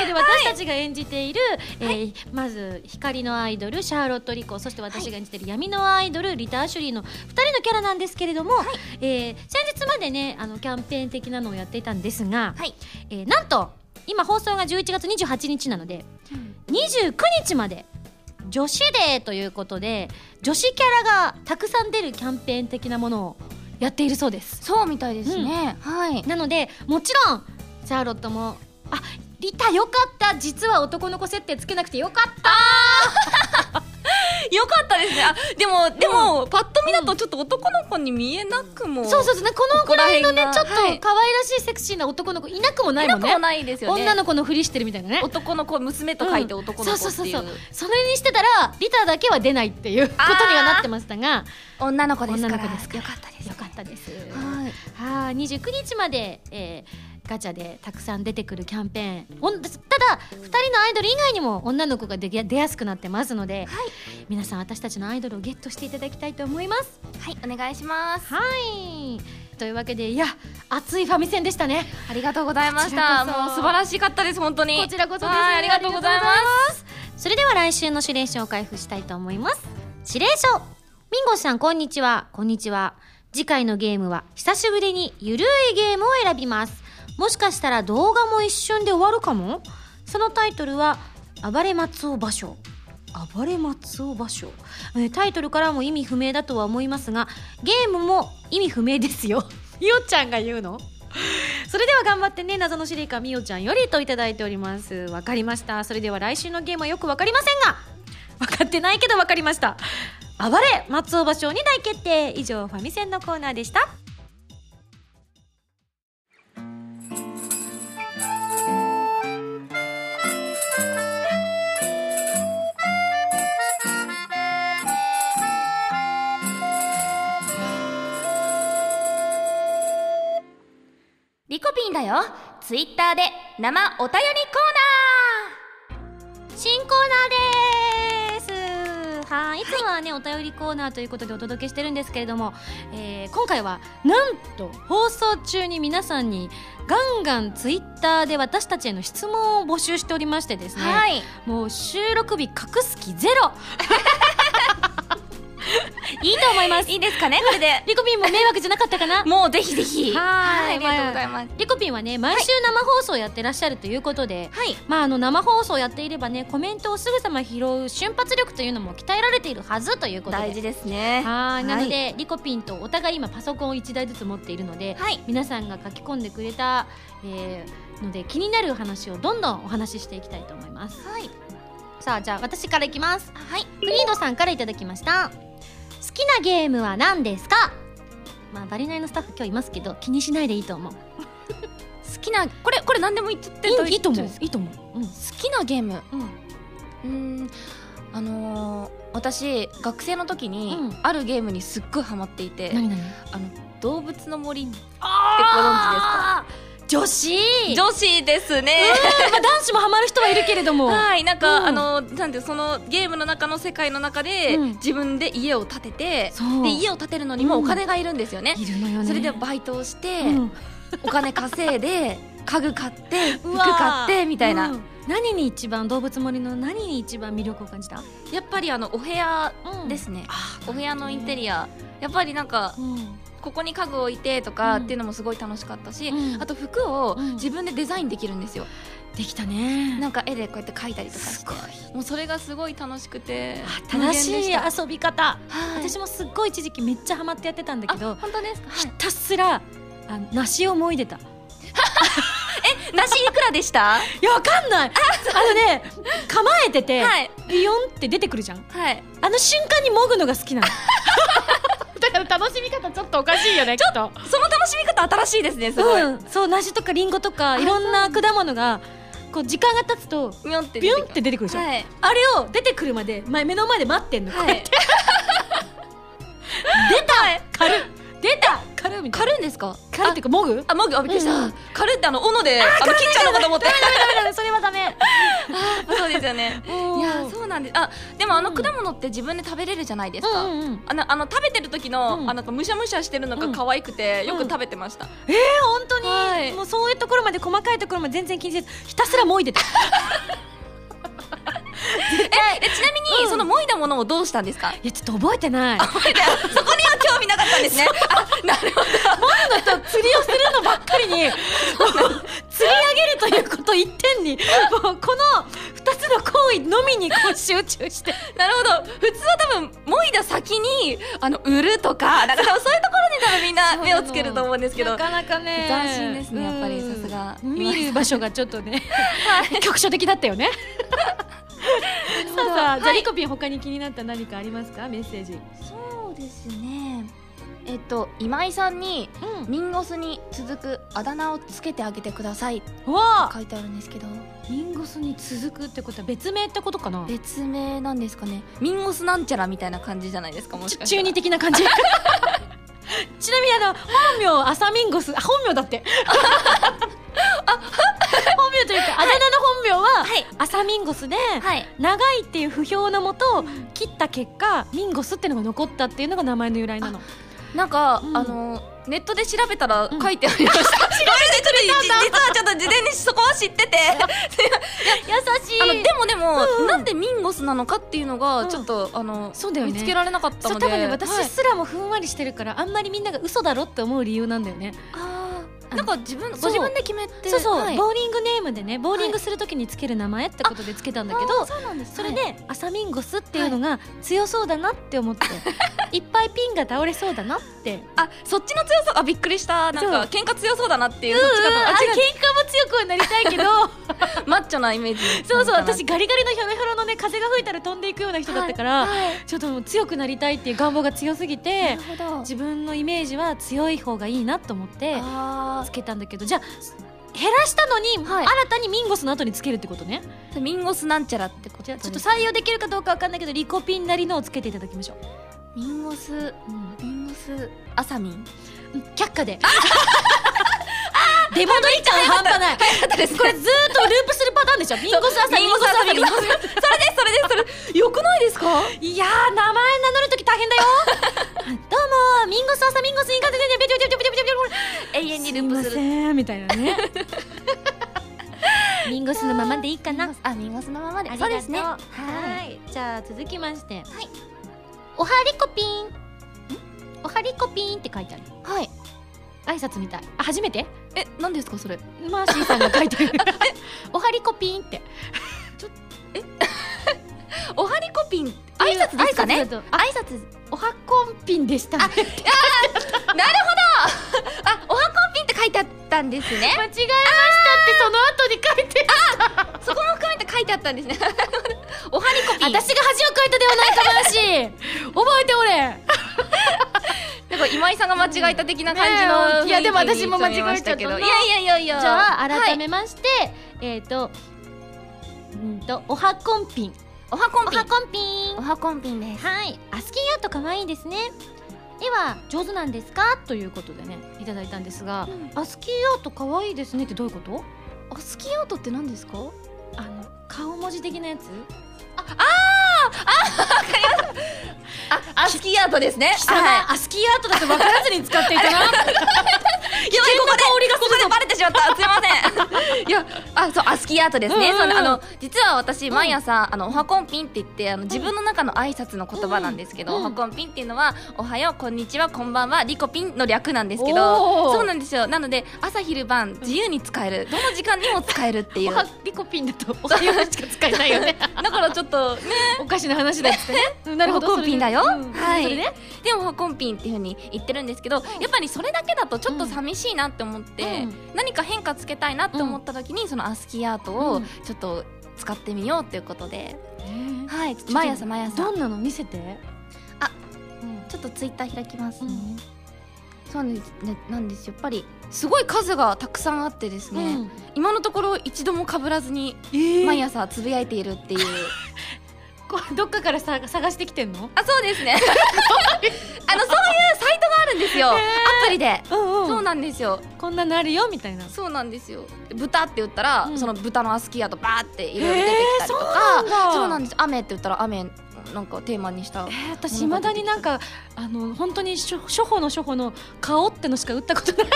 Speaker 2: けで私たちが演じている、えーまず光のアイドルシャーロット・リコそして私が演じている闇のアイドルリタ・アシュリーの2人のキャラなんですけれども、えー先日までねあのキャンペーン的なのをやっていたんですが、
Speaker 3: はい
Speaker 2: えーなんと今放送が11月28日なので29日まで女子デーということで女子キャラがたくさん出るキャンペーン的なものをやっているそうです
Speaker 3: そうみたいですね、はい
Speaker 2: なのでもちろんシャーロットもあリタよかった実は男の子設定つけなくてよかった
Speaker 3: よかったですねあでもでも、パッと見だとちょっと男の子に見えなくも
Speaker 2: そうそうそうなんかこの
Speaker 3: ここ
Speaker 2: く
Speaker 3: ら
Speaker 2: らい
Speaker 3: 辺が
Speaker 2: のねちょっと可
Speaker 3: は
Speaker 2: 愛
Speaker 3: い
Speaker 2: らしいセクシーな男の子いなくもないもん
Speaker 3: なくも
Speaker 2: ね
Speaker 3: ないですよね
Speaker 2: 女の子のふりしてるみたいなね
Speaker 3: 男の子娘と書いて男の子ってい
Speaker 2: そう
Speaker 3: う,、
Speaker 2: そうそうそうそれにしてたらリタだけは出ないっていうことにはなってましたが
Speaker 3: 女の子ですから
Speaker 2: 女の子ですから
Speaker 3: よかったです
Speaker 2: よかったです
Speaker 3: はい
Speaker 2: はあ29日まで、えーガチャでたくさん出てくるキャンペーンおんただ2人のアイドル以外にも女の子が出や出やすくなってますので、皆さん私たちのアイドルをゲットしていただきたいと思います
Speaker 3: はいお願いします
Speaker 2: はいというわけでいや熱いファミセンでしたね
Speaker 3: ありがとうございまし
Speaker 2: こちら
Speaker 3: た
Speaker 2: こそ
Speaker 3: もう素晴らしかったです本当に
Speaker 2: こちらこそです
Speaker 3: はいありがとうございます
Speaker 2: すそれでは来週の指令書を開封したいと思います指令書ミンゴさんこんにちはこんにちは次回のゲームは久しぶりにゆるいゲームを選びますもしかしたら動画も一瞬で終わるかもそのタイトルは暴れ松尾芭蕉暴れ松尾芭蕉えータイトルからも意味不明だとは思いますがゲームも意味不明ですよ みおちゃんが言うのそれでは頑張ってね謎の司令官みおちゃんよりといただいておりますわかりましたそれでは来週のゲームはよくわかりませんが分かってないけどわかりました暴れ松尾芭蕉に大決定以上ファミセンのコーナーでした
Speaker 3: リコピンだよツイッターで生お便りコーナ
Speaker 2: 新コーナーですはいいつもはね、お便りコーナーということでお届けしてるんですけれども、えー今回はなんと放送中に皆さんにガンガンツイッターで私たちへの質問を募集しておりましてですね、
Speaker 3: ーはい
Speaker 2: もう収録日隠す気ゼロいいと思います
Speaker 3: いいですかねこれで
Speaker 2: リコピンも迷惑じゃなかったかな
Speaker 3: もうぜひぜひ
Speaker 2: はい
Speaker 3: ありがとうございます
Speaker 2: リコピンはね毎週生放送やってらっしゃるということで、
Speaker 3: はい
Speaker 2: まあ、あの生放送やっていればねコメントをすぐさま拾う瞬発力というのも鍛えられているはずということで
Speaker 3: 大事ですね
Speaker 2: はいなので、
Speaker 3: は
Speaker 2: リコピンとお互い今パソコンを1台ずつ持っているので、
Speaker 3: はい
Speaker 2: 皆さんが書き込んでくれた、えーので気になる話をどんどんお話ししていきたいと思います
Speaker 3: はい
Speaker 2: さあじゃあ私からいきます
Speaker 3: はい
Speaker 2: クリードさんからいただきました好きなゲームは何ですかまあバリナイのスタッフ今日いますけど気にしないでいいと思う
Speaker 3: 好きなこれこれ何でも言って大丈夫です
Speaker 2: いいと思ううん
Speaker 3: 好きなゲーム
Speaker 2: うん
Speaker 3: うーんあのー私学生の時に、
Speaker 2: うん
Speaker 3: あるゲームにすっごいハマっていて
Speaker 2: 何何
Speaker 3: あの動物の森
Speaker 2: あー女子
Speaker 3: 女子ですね。
Speaker 2: まあ男子もハマる人はいるけれども
Speaker 3: はい、なんか、
Speaker 2: うん
Speaker 3: あの、なんていう、そのゲームの中の世界の中で、
Speaker 2: うん
Speaker 3: 自分で家を建てて。
Speaker 2: そう
Speaker 3: で、家を建てるのにもお金がいるんですよね。
Speaker 2: いるのよね
Speaker 3: それでバイトをして、
Speaker 2: うん
Speaker 3: お金稼いで、家具買って、服
Speaker 2: うわー
Speaker 3: 買ってみたいな。
Speaker 2: うん何に一番動物森の何に一番魅力を感じた
Speaker 3: やっぱり、あの、お部屋で
Speaker 2: ね
Speaker 3: すね。
Speaker 2: あ
Speaker 3: お部屋のインテリア、やっぱりなんか
Speaker 2: ー、うん
Speaker 3: ここに家具置いてとか
Speaker 2: うん
Speaker 3: っていうのもすごい楽しかったし、
Speaker 2: うん
Speaker 3: あと服を
Speaker 2: うん
Speaker 3: 自分でデザインできるんですよ。
Speaker 2: できたね
Speaker 3: なんか絵でこうやって描いたりとかし
Speaker 2: す
Speaker 3: て
Speaker 2: ごい、
Speaker 3: もうそれがすごい楽しくて、
Speaker 2: 正しい
Speaker 3: はい、
Speaker 2: 遊び方私
Speaker 3: 私も
Speaker 2: もすっごい一時期めっちゃハマってやってたんだけど
Speaker 3: 本当ですか。
Speaker 2: ひたすらあの梨をも いでた
Speaker 3: 梨いくらでした？
Speaker 2: いやわかんないあの ね構えてて、
Speaker 3: はい
Speaker 2: ビヨンって出てくるじゃん
Speaker 3: はい。
Speaker 2: あの瞬間にもぐのが好きなのだから楽しみ方ちょっとおかしいよねきっと
Speaker 3: その楽しみ方新しいですね。すごい。
Speaker 2: うん、そう梨とかリンゴとか
Speaker 3: あ
Speaker 2: いろんな果物がこう時間が経つと
Speaker 3: ビュンって
Speaker 2: ビ
Speaker 3: 出
Speaker 2: ュン
Speaker 3: てきま
Speaker 2: っ
Speaker 3: す
Speaker 2: て出てくるじゃん、
Speaker 3: はい
Speaker 2: あれを出てくるまで前目の前で待ってんの、
Speaker 3: は
Speaker 2: こうや
Speaker 3: い
Speaker 2: って。出た狩る 出た狩るみたい
Speaker 3: 狩るんですか？
Speaker 2: な狩るっていうかもぐ
Speaker 3: あ、もぐ、あ、びっくりし
Speaker 2: う
Speaker 3: た。狩るってあの斧で、あの切っちゃうのかと思って。
Speaker 2: それはダ メ
Speaker 3: そうですよね。い
Speaker 2: い
Speaker 3: や、
Speaker 2: う
Speaker 3: そうなんです。あ、でもあの
Speaker 2: うん
Speaker 3: 果物って自分で食べれるじゃないです
Speaker 2: か、
Speaker 3: か。
Speaker 2: うんうんうん、
Speaker 3: あのあの食べてる時の、
Speaker 2: うん
Speaker 3: あのなんかむしゃむしゃしてるのが可愛くて、
Speaker 2: ん
Speaker 3: よく食べてました、
Speaker 2: え本当に、
Speaker 3: はい
Speaker 2: もうそういうところまで細かいところまで全然気にせずひたすらもいでた
Speaker 3: えちなみに、
Speaker 2: うん
Speaker 3: そのもいだものをどうしたんですか
Speaker 2: いやちょっと覚えてない
Speaker 3: そこには興味なかったんですね あなるほど
Speaker 2: 釣りをするのばっか りにもう釣り上げるということ一点にもうこの2つの行為のみにこう集中して
Speaker 3: なるほど普通は多分もいだ先にあの売るとかなんか多分そういうところに多分みんな目をつけると思うんですけど
Speaker 2: なかなかね
Speaker 3: 斬新ですねやっぱりさすが
Speaker 2: うん見る場所がちょっとね局所的だったよねさあさあ、じゃあリコピン他に気になった何かありますかメッセージ
Speaker 3: そうですねえっと今井さんに
Speaker 2: う
Speaker 3: ミンゴスに続くあだ名をつけてあげてくださいって
Speaker 2: んわあ
Speaker 3: 書いてあるんですけど
Speaker 2: ミンゴスに続くってことは別名ってことかな
Speaker 3: 別名なんですかねミンゴスなんちゃらみたいな感じじゃないですかもし
Speaker 2: ち
Speaker 3: か
Speaker 2: ょ
Speaker 3: し
Speaker 2: 中
Speaker 3: たら
Speaker 2: 二的な感 じちなみにあの本名アサミンゴスあ本名だって 本名というかあだ名の本名は
Speaker 3: はい
Speaker 2: アサミンゴスで
Speaker 3: はい
Speaker 2: 長いっていう不評のもと切った結果ミンゴスってのが残ったっていうのが名前の由来なの
Speaker 3: なんか、
Speaker 2: うん
Speaker 3: あのネットで調べたら
Speaker 2: うん
Speaker 3: 書いてありました、 調べて実はちょっと事前にそこは知ってて
Speaker 2: 優し
Speaker 3: あのでもでも、
Speaker 2: うん
Speaker 3: なんでミンゴスなのかっていうの
Speaker 2: う
Speaker 3: が
Speaker 2: ん
Speaker 3: ちょっと、あの
Speaker 2: そうだよね
Speaker 3: 見つけられなかった
Speaker 2: そう
Speaker 3: の
Speaker 2: 多
Speaker 3: で
Speaker 2: 分ね私
Speaker 3: はい
Speaker 2: すらもふんわりしてるからあんまりみんなが嘘だろって思う理由なんだよね
Speaker 3: あ
Speaker 2: あ
Speaker 3: ー
Speaker 2: の
Speaker 3: なんか自分
Speaker 2: そ
Speaker 3: ご
Speaker 2: う
Speaker 3: 自分で決めて
Speaker 2: そうそう、
Speaker 3: はい
Speaker 2: ボーリングネームでねボーリングするときにつける名前ってことでつけたんだけど、
Speaker 3: あーそうなんです
Speaker 2: それで、アサミンゴスっていうのが強そうだなって思 って、い、っぱいピンが倒れそうだなって
Speaker 3: あそっちの強さあびっくりしたなんか喧嘩強そうだなっていうそっちかと
Speaker 2: あ喧嘩
Speaker 3: あ違
Speaker 2: も強くなりた いけど
Speaker 3: うマッチョなイメージ
Speaker 2: そうそう
Speaker 3: なのかな
Speaker 2: 私ガリガリのヒョロヒョロのね風が吹いたら飛んでいくような人だったから、
Speaker 3: はいはい
Speaker 2: ちょっともう強くなりたいっていう願望が強すぎて
Speaker 3: なるほど
Speaker 2: 自分のイメージは強い方がいいなと思って
Speaker 3: あ
Speaker 2: つけたんだけどじゃあ減らしたのに、
Speaker 3: はい
Speaker 2: 新たにミンゴスの後につけるってことね
Speaker 3: ーミンゴスなんちゃらってこと
Speaker 2: じゃあちょっ
Speaker 3: で
Speaker 2: と
Speaker 3: す
Speaker 2: 採用できるかどうかわかんないけどリコピンなりのをつけていただきましょう、
Speaker 3: ミンゴスミンゴスアサミン
Speaker 2: うん却下で出戻り感半端ないこれずーっとループするパターンでしょミンゴス朝ミンゴス朝ミンゴス朝
Speaker 3: それでそれよくないですか
Speaker 2: いやー名前名乗るとき大変だよどうもミンゴス朝ミンゴスインカでねビョビョビョビョビョビョビョ
Speaker 3: 永遠にル
Speaker 2: い
Speaker 3: ープす
Speaker 2: ま
Speaker 3: る
Speaker 2: せんみたいなねミンゴスのままでいいかな
Speaker 3: あミンゴスのままで
Speaker 2: そ
Speaker 3: そうう
Speaker 2: で
Speaker 3: ですす
Speaker 2: ね
Speaker 3: ね
Speaker 2: はいじゃあ続きましてはいおはりこぴんおはりこぴんって書いてある
Speaker 3: はい
Speaker 2: 挨拶みたいあ初めて
Speaker 3: え何ですかそれ
Speaker 2: マーシーさんが書い てるおはりこぴんって
Speaker 3: おはりこぴん挨拶ですか
Speaker 2: 挨
Speaker 3: ね
Speaker 2: 拶だとあ
Speaker 3: 挨拶
Speaker 2: おはこんぴんでしたね
Speaker 3: あおはこぴんって書いてあったんです
Speaker 2: 間
Speaker 3: ね
Speaker 2: 違えましたってその後に書いて
Speaker 3: そこも含めて書いてあったんですね おはりこぴん
Speaker 2: 私が恥をかいたではないかし 覚えておれ
Speaker 3: なんか今井さんが間違えた的な
Speaker 2: ね
Speaker 3: 感
Speaker 2: え
Speaker 3: じの
Speaker 2: いやでも
Speaker 3: 雰囲
Speaker 2: 私
Speaker 3: 気に
Speaker 2: も間違えちゃったな
Speaker 3: 染めまけどいやいやいやいや
Speaker 2: じゃあ
Speaker 3: は
Speaker 2: 改
Speaker 3: い
Speaker 2: めまして、えっ、とうんとおはこんぴん
Speaker 3: おはこ
Speaker 2: お
Speaker 3: んぴん
Speaker 2: はこんぴん
Speaker 3: はこんぴんです
Speaker 2: はいアスキーアート可愛いですねえ絵は上手なんですかということでねいただいたんですが、あスキーアート可愛いですねってどういうこと
Speaker 3: あスキーアートって何ですか
Speaker 2: あの顔文字的なやつ
Speaker 3: ああスキーアートですね
Speaker 2: 貴様、
Speaker 3: はい
Speaker 2: あスキーアートだと分からずに使っていたなやばいここで香りが
Speaker 3: ここでバレてしまった。すいま せん。いや、あ、そう、アスキーアートですね。
Speaker 2: うんうんうん
Speaker 3: そうねあの、実は私、毎朝、あの、おはこんぴんって言って、あの、自分の中の挨拶の言葉なんですけど、
Speaker 2: うんうん
Speaker 3: おはこんぴんっていうのは、おはよう、こんにちは、こんばんは、リコピンの略なんです けど、
Speaker 2: おー
Speaker 3: そうなんですよ。なので、朝昼晩、自由に使える。どの時間にも使えるっていう。
Speaker 2: おはリコピンだとおはようしか使えないよね
Speaker 3: だからちょっと、ね、
Speaker 2: おかしな話だってね うんなるほど
Speaker 3: おはこんぴんだよ
Speaker 2: それねうん
Speaker 3: はい
Speaker 2: それね
Speaker 3: でもおはこんぴんっていうふうに言ってるんですけど、やっぱりそれだけだとちょっと寂しいなって思って、
Speaker 2: うん
Speaker 3: 何か変化つけたいなって思った時に、そのアスキーアート
Speaker 2: う
Speaker 3: を
Speaker 2: ん
Speaker 3: ちょっと使ってみようということで、
Speaker 2: ね
Speaker 3: はい
Speaker 2: と
Speaker 3: 毎朝毎朝
Speaker 2: どんなの見せて
Speaker 3: あ
Speaker 2: うん
Speaker 3: ちょっとツイッター開きます、
Speaker 2: う
Speaker 3: ね
Speaker 2: ん
Speaker 3: そうなんです,、ね、なんですよやっぱりすごい数がたくさんあってですね、
Speaker 2: うん
Speaker 3: 今のところ一度も被らずに毎朝つぶやいているっていう、
Speaker 2: こうどっかからさ探してきてんの
Speaker 3: あそうですねあのそういうサイトがあるんですよ、アプリで、
Speaker 2: うん
Speaker 3: そうなんですよ
Speaker 2: こんなのあるよみたいな
Speaker 3: そうなんですよ豚って言ったら、
Speaker 2: うん
Speaker 3: その豚のアスキーアートバーっていろいろ出てきたりとか、
Speaker 2: えーそうなんだ
Speaker 3: そうなんです雨って言ったら雨なんかテーマにした
Speaker 2: えー、私いまだになんかあの本当に初初歩の初歩の顔ってのしか打ったことない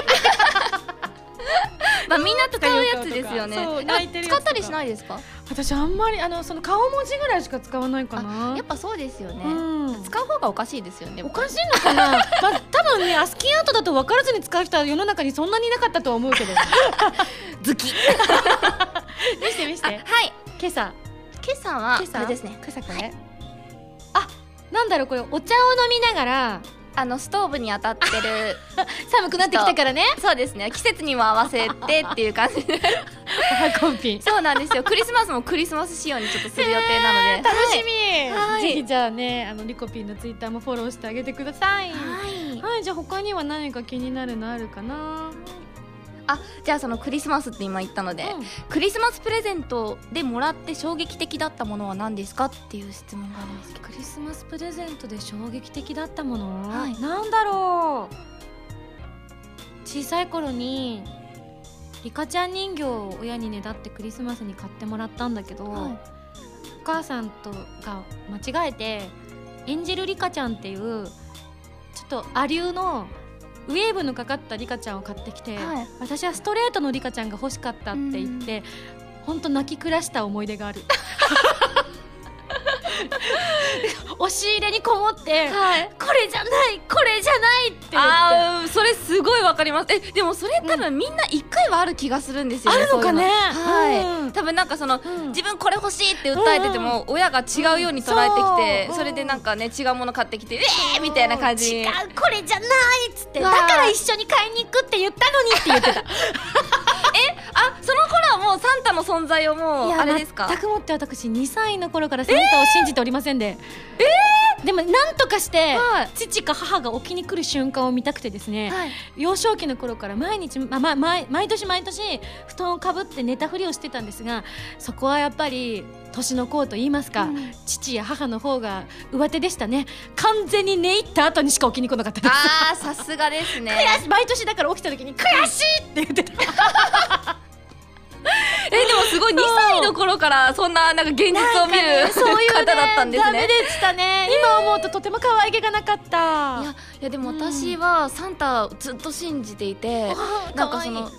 Speaker 3: まあみんな使うやつですよね
Speaker 2: そう
Speaker 3: やっぱ
Speaker 2: 泣いてるやつ
Speaker 3: 使
Speaker 2: と
Speaker 3: っ
Speaker 2: か
Speaker 3: たりしないですか
Speaker 2: 私あんまりあのその顔文字ぐらいしか使わないかな
Speaker 3: やっぱそうですよね、
Speaker 2: うん
Speaker 3: 使う方がおかしいですよね
Speaker 2: おかしいのかな、 まあ、多分ねアスキーアートだと分からずに使う人は世の中にそんなにいなかったとは思うけど
Speaker 3: 好き
Speaker 2: 見して見し
Speaker 3: あはい
Speaker 2: 今朝
Speaker 3: 今朝は
Speaker 2: 今朝
Speaker 3: あれですね
Speaker 2: 今朝これ、あなんだろうこれお茶を飲みながら
Speaker 3: あのストーブに当たって る
Speaker 2: 寒くなってきたからね
Speaker 3: そうですね季節にも合わせてっていう感じ で
Speaker 2: あ コンピ
Speaker 3: そうなんですよクリスマスもクリスマス仕様にちょっとする予定なので、
Speaker 2: 楽しみ、
Speaker 3: はい
Speaker 2: ぜひじゃあねあのリコピンのツイッターもフォローしてあげてくださいは
Speaker 3: はい
Speaker 2: い、じゃあ他には何か気になるのあるかな、
Speaker 3: あじゃあそのクリスマスって今言ったので、クリスマスプレゼントでもらって衝撃的だったものは何ですかっていう質問があるんですけ
Speaker 2: クリスマスプレゼントで衝撃的だったもの、
Speaker 3: はい
Speaker 2: なんだろう小さい頃にリカちゃん人形を親にねだってクリスマスに買ってもらったんだけど、
Speaker 3: ど、
Speaker 2: お母さんとが間違えてエンジェルリカちゃんっていうちょっとアリューのウェーブのかかったリカちゃんを買ってきて、
Speaker 3: はい
Speaker 2: 私はストレートのリカちゃんが欲しかったって言って本当泣き暮らした思い出が ある押し入れにこもって
Speaker 3: はい
Speaker 2: これじゃないこれじゃないって言って
Speaker 3: あーそれすごいわかりますえでもそれ多分みんな一回はある気がするんですよね、
Speaker 2: あるのかね
Speaker 3: そういうのはい、
Speaker 2: うん
Speaker 3: 多分なんかその
Speaker 2: うん
Speaker 3: 自分これ欲しいって訴えてても親が違うように捉えてきて、
Speaker 2: うんそう
Speaker 3: それでなんかね違うもの買ってきて「ええー!」みたいな感じに
Speaker 2: 違うこれじゃないっつって
Speaker 3: う
Speaker 2: だ
Speaker 3: わー
Speaker 2: から一緒に買いに行くって言ったのにって言ってた
Speaker 3: あその頃はもうサンタの存在をもう
Speaker 2: いや
Speaker 3: あれですか
Speaker 2: 全くもって私2歳の頃からサンタを信じておりませんでえでもなんとかして
Speaker 3: はい
Speaker 2: 父か母が置きに来る瞬間を見たくてですね、
Speaker 3: はい
Speaker 2: 幼少期の頃から毎日、まあまあ毎毎年毎年布団をかぶって寝たふりをしてたんですがそこはやっぱり年の功と言いますか、
Speaker 3: うん
Speaker 2: 父や母の方が上手でしたね完全に寝入った後にしか起きに来なかったです
Speaker 3: あーさすがですね
Speaker 2: 悔し毎年だから起きた時に悔しいって言ってた
Speaker 3: えでもすごい2歳の頃からそんななんか現実を見る
Speaker 2: そういう、ね、
Speaker 3: 方だったんです
Speaker 2: ダメ
Speaker 3: ね
Speaker 2: でしたね今思うととても可愛げがなかった
Speaker 3: いやいやでも
Speaker 2: うん
Speaker 3: 私はサンタをずっと信じていて、なんかその
Speaker 2: っ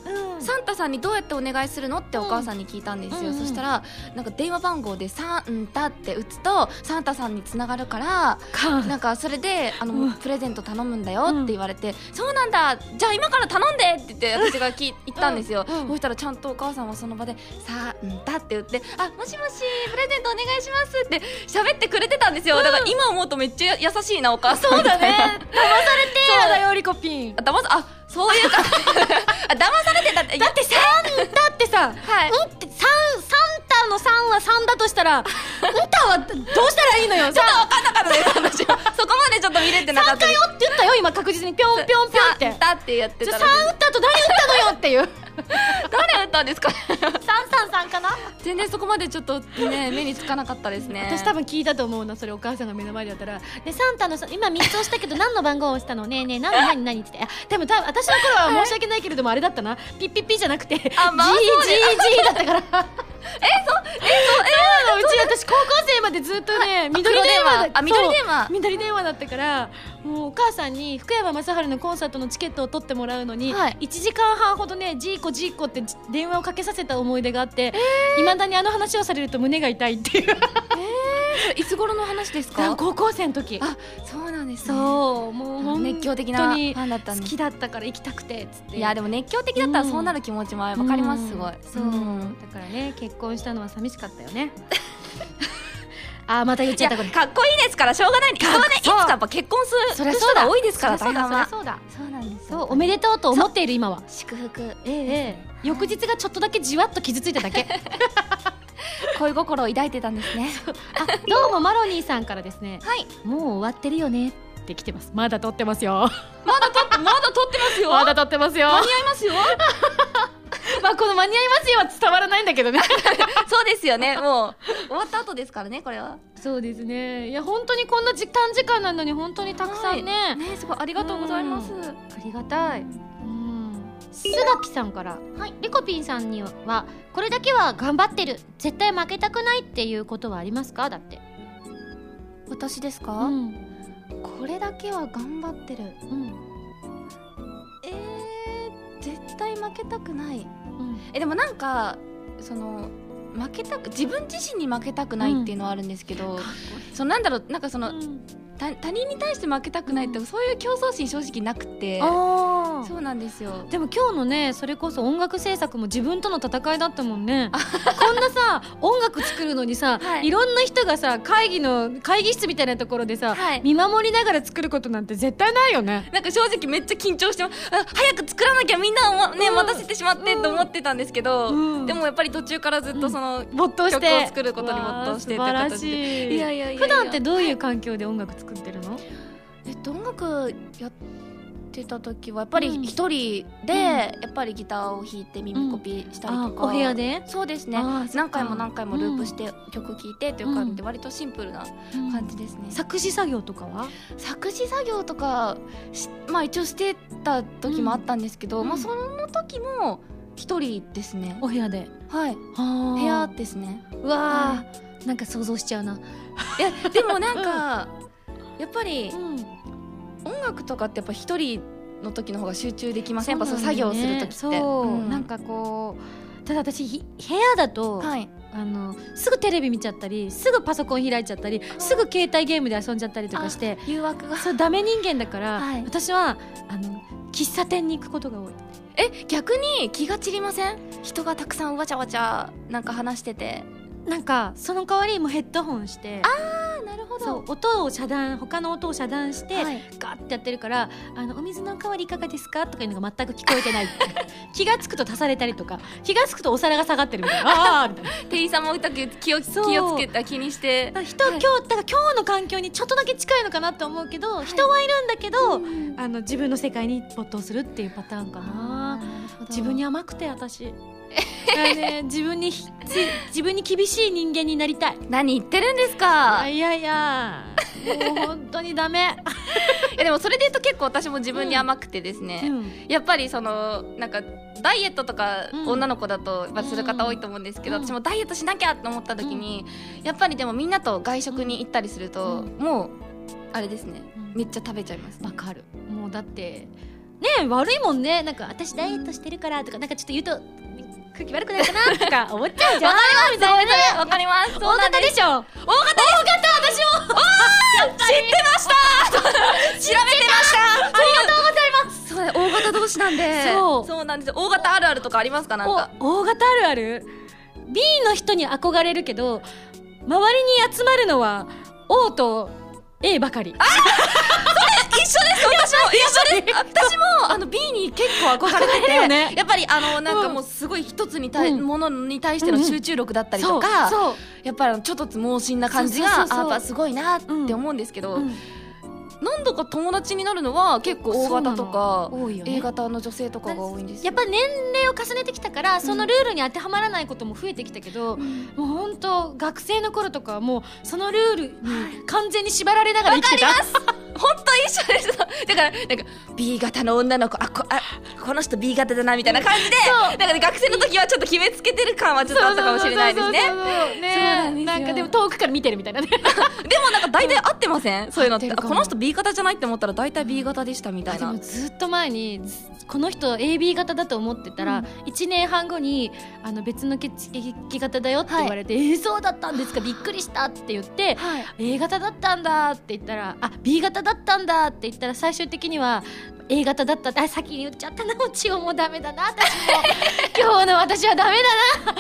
Speaker 3: サンタさんにどうやってお願いするのってお母さんに聞いたんですよ、
Speaker 2: うん
Speaker 3: そしたらなんか電話番号で「サンタ」って打つとサンタさんにつながるから
Speaker 2: か
Speaker 3: なんかそれであの、
Speaker 2: うん
Speaker 3: プレゼント頼むんだよって言われて、そうなんだじゃあ今から頼んでって言って私がき言ったんですよ、
Speaker 2: うんうん
Speaker 3: そしたらちゃんとお母さんはその場で「さあんだ」って言って「あもしもしプレゼントお願いします」って喋ってくれてたんですよ、だから今思うとめっちゃ優しいなお母さんそうだ
Speaker 2: ね騙されて
Speaker 3: そう
Speaker 2: だよリコピン
Speaker 3: あ騙さあそういうか あ騙されてたって
Speaker 2: だってサンタってさ
Speaker 3: はい
Speaker 2: うんってサンサンタのサンは三だとした らうんたはどうしたらいいのよちょっと分かんなかった
Speaker 3: そこまでちょっと見れてなかった
Speaker 2: よって言ったよ今確実にピョンピョンピョンって
Speaker 3: だってやって
Speaker 2: ちょ
Speaker 3: た
Speaker 2: サ
Speaker 3: ら
Speaker 2: ン打ったと何打ったのよっていう
Speaker 3: 誰歌ですか
Speaker 4: サンサンさんかな
Speaker 3: 全然そこまでちょっとね目につかなかったです ね
Speaker 2: 私多分聞いたと思うなそれお母さんが目の前でやったら「でサンタのさ今3つ押したけど何の番号を押したのねえねえ何の何何?」って言ってあでも多分私の頃は申し訳ないけれどもあれだったなピッピッピじゃなくて GGG
Speaker 3: あまあそうね
Speaker 2: だったから えそうえそうなのうち私高校生までずっとね緑電話だ
Speaker 3: あ緑電話
Speaker 2: そう緑電話だったからもうお母さんに福山雅治のコンサートのチケットを取ってもらうのに
Speaker 3: はい
Speaker 2: 1時間半ほどねジーコジーコって電話をかけさせた思い出があっていまだにあの話をされると胸が痛いっていう
Speaker 3: それいつ頃の話ですか
Speaker 2: 高校生の時
Speaker 3: あそうなんですね
Speaker 2: そうもう本当に
Speaker 3: 熱狂的なファンだったん
Speaker 2: 好
Speaker 3: です
Speaker 2: きだったから行きたくてっつって
Speaker 3: いやでも熱狂的だったらそうなる気持ちもわかります、
Speaker 2: うん
Speaker 3: すごい
Speaker 2: そう、だからね結婚したのは寂しかったよね あーまた言っ
Speaker 3: い
Speaker 2: ちゃ
Speaker 3: や
Speaker 2: った
Speaker 3: か
Speaker 2: これ
Speaker 3: っこいいですからしょうがない人はねいつ
Speaker 2: そう
Speaker 3: かやっぱ結婚する
Speaker 2: そりゃそう
Speaker 3: 人
Speaker 2: だ
Speaker 3: が多いですから
Speaker 2: そり
Speaker 3: 大
Speaker 2: ゃ
Speaker 3: 半
Speaker 2: そうだ
Speaker 3: は
Speaker 2: そりゃそうだ
Speaker 3: そうなんです
Speaker 2: そうおめでとうと思っている今は
Speaker 3: 祝福
Speaker 2: ええええ翌日がちょっとだけじわっと傷ついただけ
Speaker 3: 恋心を抱いてたんですね
Speaker 2: あどうもマロニーさんからですね
Speaker 3: はい
Speaker 2: もう終わってるよねって来てますまだ撮ってますよ
Speaker 3: まだ撮ってますよ
Speaker 2: まだ撮ってますよ
Speaker 3: 間に合いますよ
Speaker 2: まあこの間に合いますよは伝わらないんだけどね
Speaker 3: そうですよ ねもう終わった後ですからねこれは
Speaker 2: そうですねいや本当にこんな時短時間なのに本当にたくさんね、
Speaker 3: はいねすごいありがとうございます
Speaker 2: うんありがたいうんすがきさんから、はい、リコピンさんにはこれだけは頑張ってる絶対負けたくないっていうことはありますかだって
Speaker 3: 私です
Speaker 2: う
Speaker 3: か、
Speaker 2: ん
Speaker 3: これだけは頑張ってる
Speaker 2: うん
Speaker 3: えー、絶対負けたくない
Speaker 2: うん
Speaker 3: えでもなんかその負けたく自分自身に負けたくないっていうのはあるんですけど、 そのなんだろうなんかその他他人に対して負けたくないって、そういう競争心正直なくて
Speaker 2: あ
Speaker 3: そうなんですよ
Speaker 2: でも今日のねそれこそ音楽制作も自分との戦いだったもんねこんなさ音楽作るのにさ、
Speaker 3: はい
Speaker 2: い、ろんな人がさ会議の会議室みたいなところでさ、
Speaker 3: はい
Speaker 2: 見守りながら作ることなんて絶対ないよね
Speaker 3: なんか正直めっちゃ緊張してますあ早く作らなきゃみんなをま、ね
Speaker 2: うん
Speaker 3: 待たせてしまってと思ってたんですけど、
Speaker 2: うん
Speaker 3: でもやっぱり途中からずっとその、
Speaker 2: 没頭して
Speaker 3: 曲を作ることに没頭して
Speaker 2: わあ素晴ら
Speaker 3: と
Speaker 2: しい
Speaker 3: いやいやいやいや
Speaker 2: 普段ってどういう環境で音楽作ってるの、
Speaker 3: えっと音楽やってた時はやっぱり
Speaker 2: うん
Speaker 3: 一人で、
Speaker 2: うん
Speaker 3: やっぱりギターを弾いて耳コピしたり
Speaker 2: あ
Speaker 3: とか、
Speaker 2: お部屋で、
Speaker 3: そうですね
Speaker 2: あーそっか
Speaker 3: 何回も何回もループして曲聴いてという感じで
Speaker 2: う
Speaker 3: 割とシンプルな感
Speaker 2: 感
Speaker 3: じ
Speaker 2: じ
Speaker 3: ですね、さ
Speaker 2: 作詞作業とかは
Speaker 3: 作詞作業とかしまあ一応してた時もあったんですけど、
Speaker 2: うん
Speaker 3: まあその時も一人ですね
Speaker 2: お部屋で
Speaker 3: はい
Speaker 2: は
Speaker 3: 部屋ですね
Speaker 2: うわあなんか想像しちゃうな、
Speaker 3: いやでもなんか やっぱり
Speaker 2: ん、
Speaker 3: 音楽とかってやっぱ一人の時の方が集中できません、やっぱそう
Speaker 2: な
Speaker 3: 作
Speaker 2: んだよ
Speaker 3: 業する
Speaker 2: ね
Speaker 3: 時って
Speaker 2: そう、
Speaker 3: うん
Speaker 2: なんかこうただ私ひ部屋だと、
Speaker 3: はい
Speaker 2: あのすぐテレビ見ちゃったりすぐパソコン開いちゃったりすぐ携帯ゲームで遊んじゃったりとかして
Speaker 3: 誘惑が
Speaker 2: そうダメ人間だから、
Speaker 3: はい
Speaker 2: 私はあの喫茶店に行くことが多い
Speaker 3: え逆に気が散りません人がたくさんわちゃわちゃなんか話してて
Speaker 2: なんかその代わりもうヘッドホンして
Speaker 3: あなるほ
Speaker 2: そう音を遮断他の音を遮断して、
Speaker 3: はい
Speaker 2: ガーってやってるから「あのお水のおかわりいかがですか?」とかいうのが全く聞こえて ない気がつくと足されたりとか気がつくとお皿が下がってるみたいな「あーみたいなだ
Speaker 3: 店員さんもだけ気を
Speaker 2: そう
Speaker 3: 気をつけた気にして
Speaker 2: から人、
Speaker 3: はい
Speaker 2: 今日だから今日の環境にちょっとだけ近いのかなと思うけど、人はいるんだけど、
Speaker 3: うん
Speaker 2: あの自分の世界に没頭するっていうパターンかな。自分に甘くて 私だからね自分にひつい自分に厳しい人間になりたい
Speaker 3: 何言ってるんですか
Speaker 2: いやいやいやもう本当にダメ、
Speaker 3: いやでもそれで言うと結構私も自分に甘くてです ね、やっぱりそのなんかダイエットとか
Speaker 2: うん
Speaker 3: 女の子だとやっぱする方多いと思うんですけど、
Speaker 2: うん
Speaker 3: 私もダイエットしなきゃと思った時に、やっぱりでもみんなと外食に行ったりすると、
Speaker 2: うん
Speaker 3: もうあれですね
Speaker 2: うん
Speaker 3: めっちゃ食べちゃいます、
Speaker 2: わかるもうだってね悪いもんねなんか私ダイエットしてるからとかなんかちょっと言うと空気悪くないかなとか思っちゃうじゃんみたいなね
Speaker 3: わかりますそう
Speaker 2: 大
Speaker 3: なん
Speaker 2: 型
Speaker 3: です
Speaker 2: でしょ
Speaker 3: 大型です大型私も知ってました調べてましたありがとうございますそう大型同士なんで
Speaker 2: そう
Speaker 3: そうなんですよ大型あるあるとかありますかなんか
Speaker 2: お大型あるある B の人に憧れるけど周りに集まるのは O と A ばかり
Speaker 3: 一緒です私も一緒です私もあの B に結構憧れて
Speaker 2: れる
Speaker 3: て
Speaker 2: よね
Speaker 3: やっぱりあのなんか
Speaker 2: うん
Speaker 3: もうすごい一つに対、
Speaker 2: うん
Speaker 3: ものに対しての集中力だったりとか、
Speaker 2: そう
Speaker 3: やっぱりあのちょっと猛進な感じが
Speaker 2: そうそうそうそう
Speaker 3: あやっぱすごいなって思うんですけど、
Speaker 2: そう、うん
Speaker 3: 何度か友達になるのは結構 O 型とか
Speaker 2: 多いよね
Speaker 3: A 型の女性とかが多いんです
Speaker 2: や
Speaker 3: よ
Speaker 2: っぱ年齢を重ねてきたからそのルールに当てはまらないことも増えてきたけど、もう本当学生の頃とかはもうそのルールに完全に縛られながら生きてた、
Speaker 3: 本当一緒でしただからなんか B 型の女の子あこあこの人 B 型だなみたいな感じでだから学生の時はちょっと決めつけてる感はちょっとあったかもしれないですね
Speaker 2: そうそうそうそうね
Speaker 3: そうな
Speaker 2: なん
Speaker 3: ですよ
Speaker 2: んかでも遠くから見てるみたいなね
Speaker 3: でもなんか大体合ってませんそういうのって
Speaker 2: 合ってる
Speaker 3: あ
Speaker 2: かも
Speaker 3: この人 B 型じゃないって思ったら大体 B 型でしたみた
Speaker 2: あ
Speaker 3: い
Speaker 2: で
Speaker 3: な
Speaker 2: もずっと前にこの人 AB 型だと思ってたら、1年半後にあの別の血液型だよって言われて、えーそうだったんですかびっくりしたって言って、
Speaker 3: はい
Speaker 2: A 型だったんだって言ったらあ B 型だったんだって言ったら最終的には A 型だったってあ先に言っちゃったなもちおもダメだな私 も今日の私はダメだな結果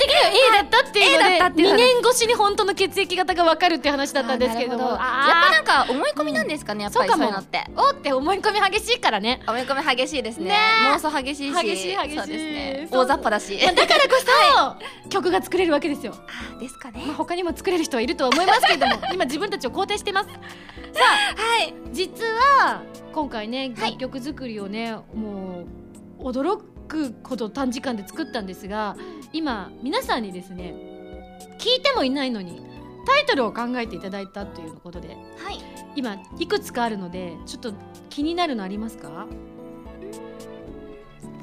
Speaker 2: 的には A だったっていうの
Speaker 3: A だったってい
Speaker 2: で
Speaker 3: う
Speaker 2: 2年
Speaker 3: 話
Speaker 2: 越しに本当の血液型が分かるっていう話だったんですけれども
Speaker 3: あーなるほ
Speaker 2: あー
Speaker 3: やっぱなんか思い込みなんですかねやっぱり
Speaker 2: そう
Speaker 3: そ
Speaker 2: か
Speaker 3: う
Speaker 2: も
Speaker 3: いうのって
Speaker 2: おって思い込み激しいからね
Speaker 3: 思い込み激しいですね
Speaker 2: ねえ
Speaker 3: 妄想激しいし
Speaker 2: 激しい激しい
Speaker 3: そうですね
Speaker 2: そう
Speaker 3: 大雑把だし
Speaker 2: だからこそ曲が作れるわけですよ
Speaker 3: あですかね
Speaker 2: まあ他にも作れる人はいるとは思いますけれ ども今自分たちを肯定してますさあ、
Speaker 3: はい
Speaker 2: 実は今回ね
Speaker 3: はい
Speaker 2: 楽曲作りをね、もう驚くほど短時間で作ったんですが今皆さんにですね聞いてもいないのにタイトルを考えていただいたということで
Speaker 3: はい
Speaker 2: 今いくつかあるのでちょっと気になるのありますか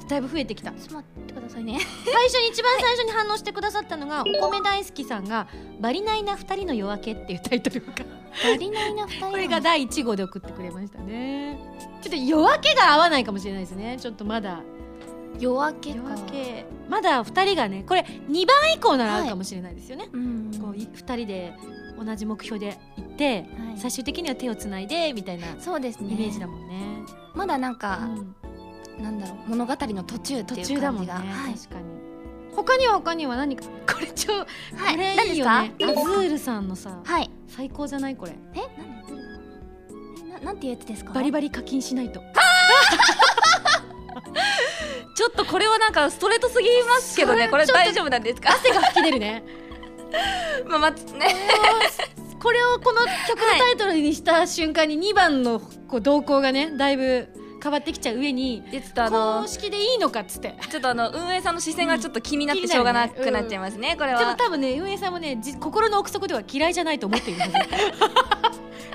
Speaker 2: だいぶ増えてきた
Speaker 3: ちょっと待ってくださ いね
Speaker 2: 最初に一番最初に反応してくださったのが、お米大好きさんが「バリナイな二人の夜明け」っていうタイトルが
Speaker 3: バリナイな二人
Speaker 2: これが第1号で送ってくれましたねちょっと夜明けが合わないかもしれないですねちょっとまだ
Speaker 3: 夜明け
Speaker 2: 夜
Speaker 3: か
Speaker 2: 明けまだ2人がねこれ2番以降なら合うかもしれないですよね、
Speaker 3: うん
Speaker 2: こうい2人で同じ目標で行って、
Speaker 3: はい
Speaker 2: 最終的には手をつないでみたいなイ
Speaker 3: そうですね
Speaker 2: メージだもんね、
Speaker 3: まだなん
Speaker 2: う
Speaker 3: か、
Speaker 2: ん
Speaker 3: なんだろう物語の途中って
Speaker 2: 途
Speaker 3: いう感じ
Speaker 2: 中
Speaker 3: が
Speaker 2: だもんね、
Speaker 3: はい、
Speaker 2: 確かに他には他には何かこれちょ
Speaker 3: はい、
Speaker 2: これいいよね
Speaker 3: 何
Speaker 2: ア
Speaker 3: です
Speaker 2: ズ
Speaker 3: か
Speaker 2: ールさんのさ
Speaker 3: はい
Speaker 2: 最高じゃないこれ
Speaker 3: え何ななんていうやつですか
Speaker 2: バリバリ課金しないと
Speaker 3: ちょっとこれはなんかストレートすぎますけどね
Speaker 2: それ
Speaker 3: これ
Speaker 2: ちょっと
Speaker 3: 大丈夫なんです か
Speaker 2: 手が吹き出るね
Speaker 3: まあまあね
Speaker 2: これをこの曲のタイトルにした瞬間に2番のこう動向がねだいぶ変わってきちゃう上に
Speaker 3: でちょっとあの
Speaker 2: 公式でいいのかっつって
Speaker 3: ちょっとあの運営さんの視線がちょっと気になっ
Speaker 2: うん
Speaker 3: て
Speaker 2: 気にな
Speaker 3: しょ
Speaker 2: る
Speaker 3: うが
Speaker 2: ね
Speaker 3: なくなっちゃいますね、これ
Speaker 2: でも
Speaker 3: は
Speaker 2: 多分ね運営さんもねじ心の奥底では嫌いじゃないと思っているはず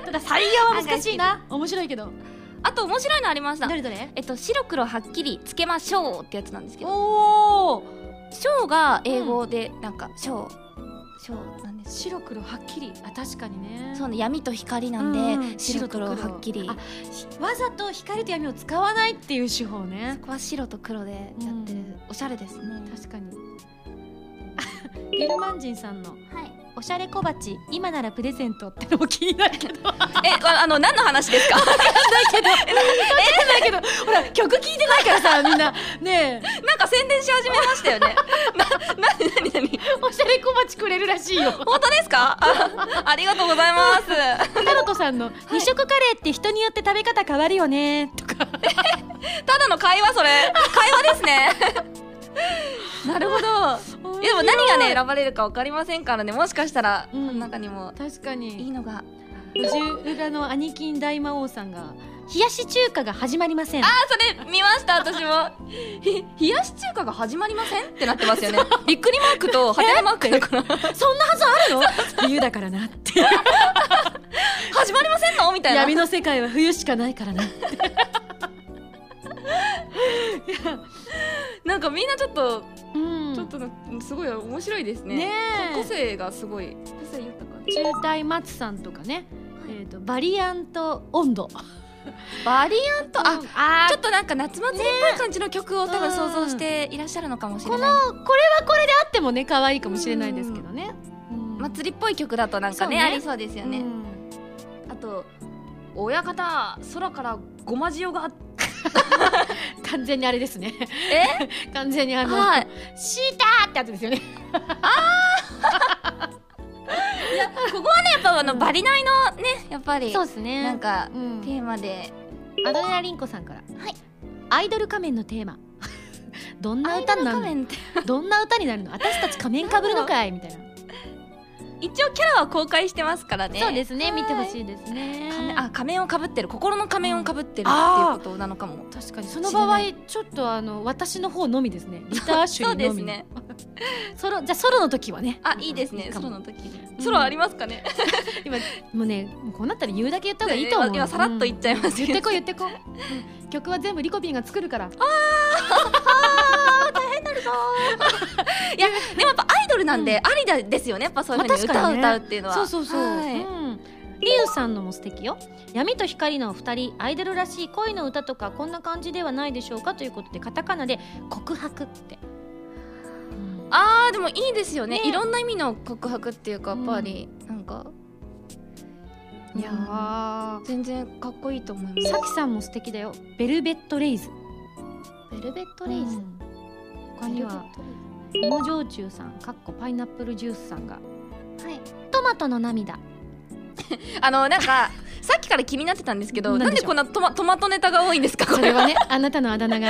Speaker 2: ただ採用は難しいな面白いけど
Speaker 3: あと面白いのありました
Speaker 2: どれどれ
Speaker 3: えっと白黒はっきりつけましょうってやつなんですけど
Speaker 2: おお
Speaker 3: 「ショー」が英語でなんか「ショー」「ショー」なんです
Speaker 2: 白黒はっきりあ確かにね
Speaker 3: そうね闇と光な
Speaker 2: うんんう
Speaker 3: で
Speaker 2: ん
Speaker 3: 白黒は
Speaker 2: 白と
Speaker 3: っきり
Speaker 2: あしわざと光と闇を使わないっていう手法ね
Speaker 3: そこは白と黒でやってる、
Speaker 2: うん
Speaker 3: おしゃれですね
Speaker 2: 確かに あゲルマンジンさんの
Speaker 3: はい
Speaker 2: 「おしゃれ小鉢今ならプレゼント」ってのも気 になるけどだ
Speaker 3: えああの何の話です か
Speaker 2: けどほら曲聴いてないから さみんなねえ
Speaker 3: なんか宣伝し始めましたよね ななになになに
Speaker 2: おしゃれ小鉢くれるらしい よ
Speaker 3: 本当ですかあありがとうございます
Speaker 2: タロトさんの「二色カレーって人によって食べ方変わるよね」とか
Speaker 3: ただの会話それ会話です ねなるほどいやでも何がね選ばれるか分かりませんからねもしかしたら、
Speaker 2: うん
Speaker 3: この中にも
Speaker 2: 確か
Speaker 3: いい
Speaker 2: に
Speaker 3: のが
Speaker 2: 藤浦の兄貴大魔王さんが「冷やし中華が始まりません」
Speaker 3: あそれ見ました私も ひ冷やし中華が始まりませんってなってますよねびっくりマークとハテナマークだから
Speaker 2: そんなはずあるの冬だからなって
Speaker 3: 始まりませんのみたいな
Speaker 2: 闇の世界は冬しかないからな
Speaker 3: なんかみんなちょっと
Speaker 2: うん
Speaker 3: ちょっとなすごい面白いですね。
Speaker 2: ねえ
Speaker 3: 個性がすごい個性豊かで。
Speaker 2: 中退松さんとかね、えっ、とバリアント温度
Speaker 3: バリアントあ
Speaker 2: あ
Speaker 3: ち
Speaker 2: ちょ
Speaker 3: ょっ
Speaker 2: っ
Speaker 3: となんか夏祭りっぽい感じの曲を多分想像していらっしゃるのかもしれない。
Speaker 2: とこれはこれであってもね可愛いかもしれないですけどね、うん
Speaker 3: 祭りっぽい曲だとなん
Speaker 2: そ
Speaker 3: かね
Speaker 2: うね
Speaker 3: ありそうですよね。
Speaker 2: うん
Speaker 3: あと親方空からごま塩が
Speaker 2: 完全にあれですね
Speaker 3: え
Speaker 2: 完全にあの
Speaker 3: はい
Speaker 2: 「シーター!」ってやつですよね
Speaker 3: ここはねやっぱあのバリナイのねやっぱり
Speaker 2: そうですね
Speaker 3: なんか
Speaker 2: うん
Speaker 3: テーマで
Speaker 2: アドレナリンコさんから
Speaker 3: はい
Speaker 2: アイドル仮面のテーマ どんな
Speaker 3: アイ
Speaker 2: 歌
Speaker 3: ド
Speaker 2: に
Speaker 3: ル
Speaker 2: なるの
Speaker 3: 仮面って
Speaker 2: どんな歌になるの私たち仮面かぶるのかいみたいな
Speaker 3: 一応キャラは公開してますからね。
Speaker 2: そうですね、見てほ
Speaker 3: い
Speaker 2: しいですね。
Speaker 3: 仮面
Speaker 2: ね
Speaker 3: あ仮面をかぶってる心の仮面をかぶってるっていうことなのかも
Speaker 2: 確かにその場合ちょっとあの私の方のみ ですねギター集
Speaker 3: そうで
Speaker 2: の
Speaker 3: す
Speaker 2: み
Speaker 3: ね
Speaker 2: ソロじゃあソロの時はね
Speaker 3: あいいです
Speaker 2: い
Speaker 3: ね
Speaker 2: いか
Speaker 3: ソ
Speaker 2: も
Speaker 3: ロの時
Speaker 2: ん
Speaker 3: ソロありますかね
Speaker 2: 今もうねもうこうなったら言うだけ言った方がいいと思う
Speaker 3: 今今さらっと言っちゃいます
Speaker 2: 言
Speaker 3: け
Speaker 2: って
Speaker 3: ど
Speaker 2: こ言ってこ、うん曲は全部リコピンが作るから
Speaker 3: いやでもやっぱアイドルなんでありだですよねやっぱそういうふうに
Speaker 2: まあ確
Speaker 3: 歌
Speaker 2: か
Speaker 3: を
Speaker 2: にね
Speaker 3: 歌うっていうのは
Speaker 2: そうそうそう、
Speaker 3: はい
Speaker 2: うんリュウさんのも素敵よ闇と光のお二人アイドルらしい恋の歌とかこんな感じではないでしょうかということでカタカナで告白って、うん
Speaker 3: あーでもいいですよね
Speaker 2: ね
Speaker 3: いろんな意味の告白っていうかやっぱりなんか
Speaker 2: いやー
Speaker 3: 全然かっこいいと思います
Speaker 2: さきさんも素敵だよベルベットレイズ
Speaker 3: ベルベット
Speaker 2: レイズ他には芋焼酎さんかっこパイナップルジュースさんが
Speaker 3: はい
Speaker 2: トマトの 涙
Speaker 3: あのなんか さっきから気になってたんですけど
Speaker 2: な
Speaker 3: なんん
Speaker 2: で
Speaker 3: で
Speaker 2: しょ
Speaker 3: こ
Speaker 2: うん
Speaker 3: なトマトマトネタが多いんですかこ
Speaker 2: それ
Speaker 3: れは
Speaker 2: はねあなたのあだ名が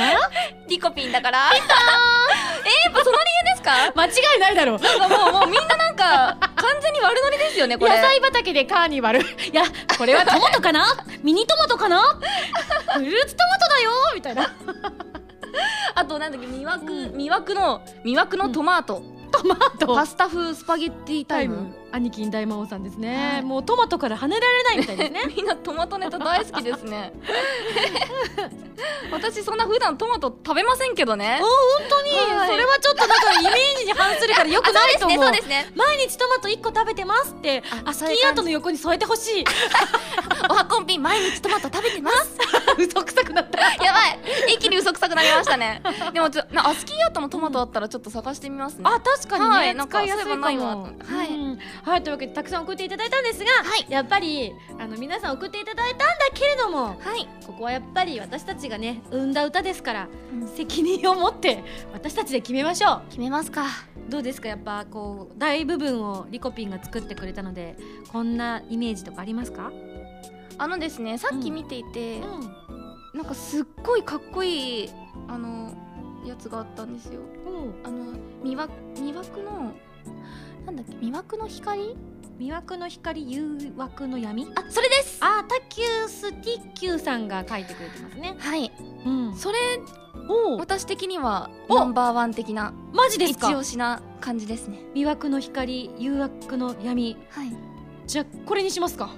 Speaker 3: リコピンだからえーやっぱその理由ですか
Speaker 2: 間違いないだろう
Speaker 3: なんかもうもうみんななんか完全に悪ノリですよねこ
Speaker 2: 野
Speaker 3: れ
Speaker 2: 菜畑でカーニバル いやこれはトマトかな ミニトマトかなフルーツトマトだよみたいな
Speaker 3: あとなんだっけ魅惑
Speaker 2: うん
Speaker 3: 魅惑の魅惑のトマト
Speaker 2: トマト
Speaker 3: パスタ風スパゲッティタイム
Speaker 2: 兄貴に大魔王さんですね、
Speaker 3: はい
Speaker 2: もうトマトから離れられないみたいです ね
Speaker 3: みんなトマトネタ大好きです ね私そんな普段トマト食べませんけどね
Speaker 2: 本当に
Speaker 3: はい
Speaker 2: それはちょっとなんかイメージに反するからよくないと思う
Speaker 3: あそうですねそうですね
Speaker 2: 毎日トマト1個食べてますって
Speaker 3: あ
Speaker 2: アスキー
Speaker 3: そういう感じ
Speaker 2: アートの横に添えてほ しい
Speaker 3: おはコンピ毎日トマト食べてます
Speaker 2: 嘘くさくなった
Speaker 3: やば い一気に嘘くさくなりましたねでもちょなアスキーアートのトマトあったらちょっと探してみますね
Speaker 2: あ確かにね、
Speaker 3: はいなんか
Speaker 2: 使いやすいかも
Speaker 3: そういえばないわと思ってはい
Speaker 2: うんはいというわけでたくさん送っていただいたんですが、
Speaker 3: はい
Speaker 2: やっぱりあの皆さん送っていただいたんだけれども
Speaker 3: はい
Speaker 2: ここはやっぱり私たちがね生んだ歌ですから、
Speaker 3: うん
Speaker 2: 責任を持って私たちで決めましょ
Speaker 3: 決めますか
Speaker 2: うどうですかやっぱこう大部分をリコピンが作ってくれたのでこんなイメージとかありますか、
Speaker 3: あのですねさっき見ていて、
Speaker 2: う
Speaker 3: なんかすっごいかっこいいあのやつがあったんですよ
Speaker 2: ん、
Speaker 3: あの魅惑魅惑のなんだっけ魅惑の光
Speaker 2: 魅惑の光誘惑の闇
Speaker 3: あそれです
Speaker 2: あータキュースティッキューさんが書いてくれてますね、
Speaker 3: はい
Speaker 2: うん、
Speaker 3: それ
Speaker 2: おお
Speaker 3: 私的には
Speaker 2: お
Speaker 3: ナンバーワン的な
Speaker 2: マジで
Speaker 3: 一
Speaker 2: すか
Speaker 3: 押しな感じですね
Speaker 2: 魅惑の光誘惑の闇
Speaker 3: はい
Speaker 2: じゃあこれにしますか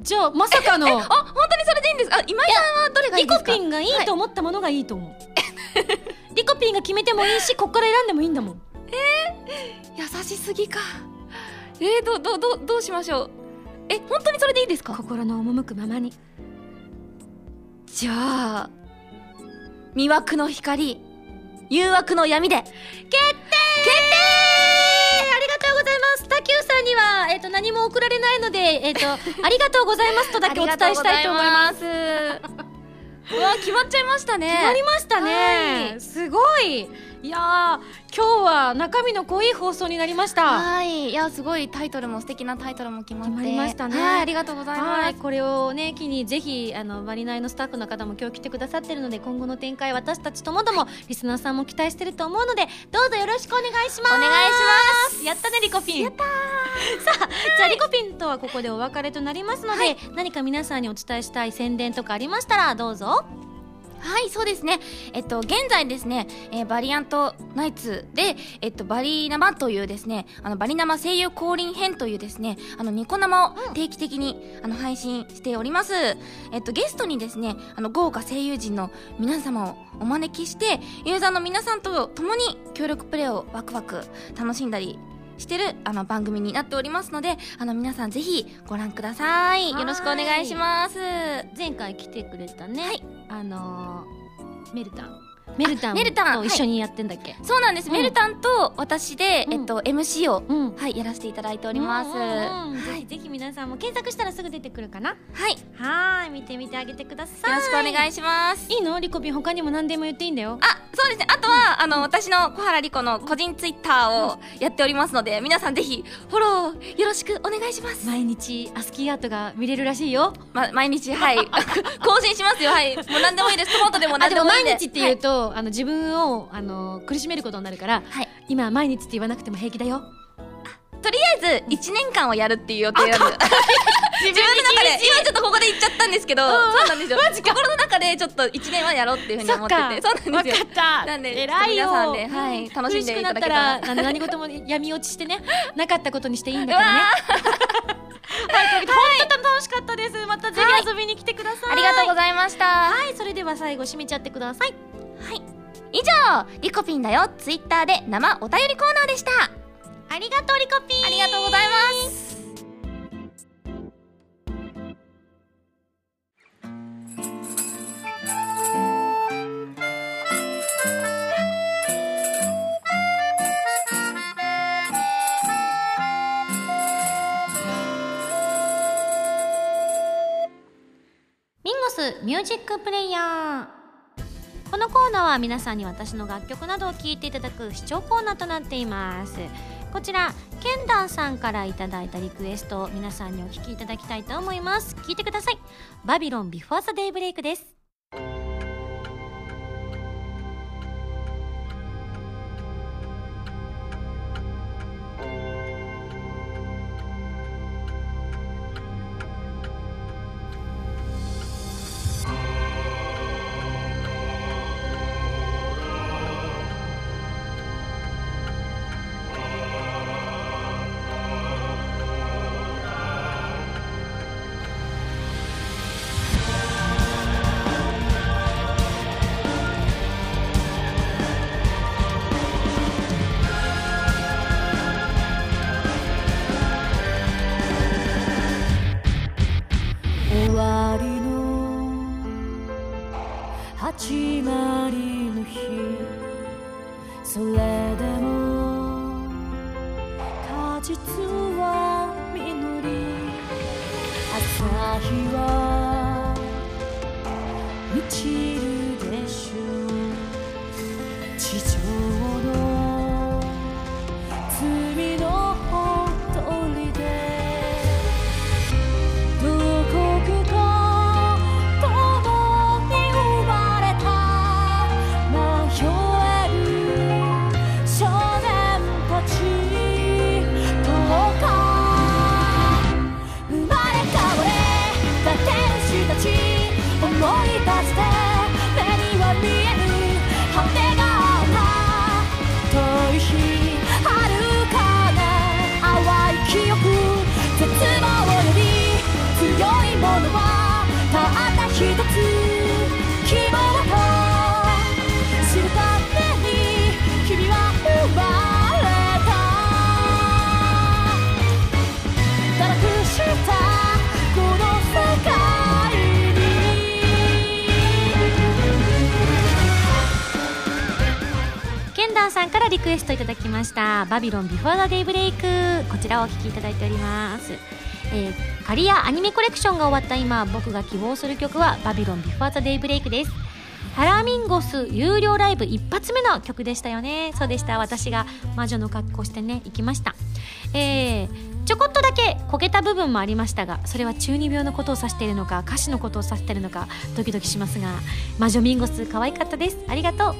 Speaker 2: じゃあまさかの
Speaker 3: あ本当にそれでいいんですあ今井さんはどれがいい
Speaker 2: リ
Speaker 3: で
Speaker 2: コ
Speaker 3: すか
Speaker 2: ピンがいいと思ったものがいいと思 う、リコピンが決めてもいいしこっから選んでもいいんだもん
Speaker 3: 優しすぎかえー、どうどうどうどうしましょうえ本当にそれでいいですか
Speaker 2: 心の赴くままに
Speaker 3: じゃあ魅惑の光誘惑の闇で
Speaker 2: 決定ありがとうございますタキューさんには、えっと何も送られないので、えっとありがとうございますとだけお伝えしたいと思います
Speaker 3: すうわ決まっちゃいましたね
Speaker 2: 決まりましたね、
Speaker 3: はい
Speaker 2: すごいいやー今日は中身の濃い放送になりました
Speaker 3: はいいやすごいタイトルも素敵なタイトルも決まって
Speaker 2: 決まりましたね
Speaker 3: はいありがとうございます
Speaker 2: はい、これをね機にぜひあのバリナイのスタッフの方も今日来てくださってるので今後の展開私たちともどもリスナーさんも期待してると思うのでどうぞよろしくお願いします
Speaker 3: お願いします
Speaker 2: やったねリコピン
Speaker 3: やった
Speaker 2: さあじゃあリコピンとはここでお別れとなりますので、何か皆さんにお伝えしたい宣伝とかありましたらどうぞ
Speaker 3: はい、そうですね。えっと、現在ですね、えーバリアントナイツで、えっと、バリナマというですね、あの、バリナマ声優降臨編というですね、あの、ニコ生を定期的に、あの、配信しております。えっと、ゲストにですね、あの、豪華声優陣の皆様をお招きして、ユーザーの皆さんと共に協力プレイをワクワク楽しんだり、してるあの番組になっておりますので、あの皆さんぜひご覧ください。よろしくお願いします。
Speaker 2: 前回来てくれたね、あのーメルタンメルタン
Speaker 3: メルタン
Speaker 2: と一緒にやってんだっけ、
Speaker 3: そうなんです、
Speaker 2: うん
Speaker 3: メルタンと私で、
Speaker 2: うん
Speaker 3: えっと、MC を、
Speaker 2: うん
Speaker 3: はい、やらせていただいております、
Speaker 2: うんうんうん
Speaker 3: は
Speaker 2: ぜ
Speaker 3: い
Speaker 2: ひぜひ皆さんも検索したらすぐ出てくるかな
Speaker 3: はい、よ
Speaker 2: はーい見てみてあげてください
Speaker 3: ろしくお願
Speaker 2: い
Speaker 3: いします
Speaker 2: いいのリコピン他にも何でも言っていいんだよ
Speaker 3: あそうですねあとは、あの私の小原莉子の個人ツイッターをやっておりますので皆さんぜひフォローよろしくお願いします、
Speaker 2: 毎日アスキーアートが見れるらしいよ
Speaker 3: ま、毎日 はい更新しますよはいもう何でもいい ですトマトでも
Speaker 2: あ
Speaker 3: 何
Speaker 2: で
Speaker 3: で
Speaker 2: も
Speaker 3: もい
Speaker 2: 毎
Speaker 3: いんで
Speaker 2: 日って言うと、あの自分をあの苦しめることになるから
Speaker 3: はい、
Speaker 2: 今は毎日って言わなくても平気だよ
Speaker 3: とりあえず1年間をやるっていう予定なんで 自分の中で今ちょっとここで言っちゃったんですけど、そうなんですよ心の中でちょっと1年はやろうっていうふうに思ってて
Speaker 5: そ
Speaker 3: そ
Speaker 5: っか
Speaker 3: うなんですよ
Speaker 5: わかった
Speaker 3: なんで
Speaker 5: 偉いよ
Speaker 3: ちょっと皆さんで、はい、楽しんでいただけたら
Speaker 5: 苦しくなったらあの何事も闇落ちしてねなかったことにしていいんだからね
Speaker 2: 本当に楽しかったですまたぜひ遊びに来てください、
Speaker 3: ありがとうございました、
Speaker 2: はいそれでは最後締めちゃってください
Speaker 3: 以上リコピンだよツイッターで生お便りコーナーでした
Speaker 2: ありがとうリコピー
Speaker 3: ありがとうございます
Speaker 2: ミンゴスミュージックプレイヤーこのコーナーは皆さんに私の楽曲などを聴いていただく視聴コーナーとなっていますこちらケンダンさんからいただいたリクエストを皆さんにお聴きいただきたいと思います聴いてくださいバビロンビフォーザデイブレイクです
Speaker 6: 終わりの始まりの日それでも果実は実り朝日は満ちるでしょう地上の罪のほとりで「どこかともに生まれた」「迷える少年たち」「どうか生まれ変われ」「だって牛たち思い出して」「目には見える果てがあった」遠い日遥かな淡い記憶絶望より強いものはたった一つ希望だと知るために君は生まれた堕落したこの世界に
Speaker 2: ケンダンさんからリクエストいただきました「バビロンビフォーダデイブレイク」こちらをお聴きいただいております、えー、仮やアニメコレクションが終わった今僕が希望する曲は「バビロンビフォーダデイブレイク」ですハラミンゴス有料ライブ一発目の曲でしたよねそうでした私が魔女の格好してね行きましたえーちょこっとだけこけた部分もありましたがそれは中二病のことを指しているのか歌詞のことを指しているのかドキドキしますが魔女ミンゴス可愛かったですありがとう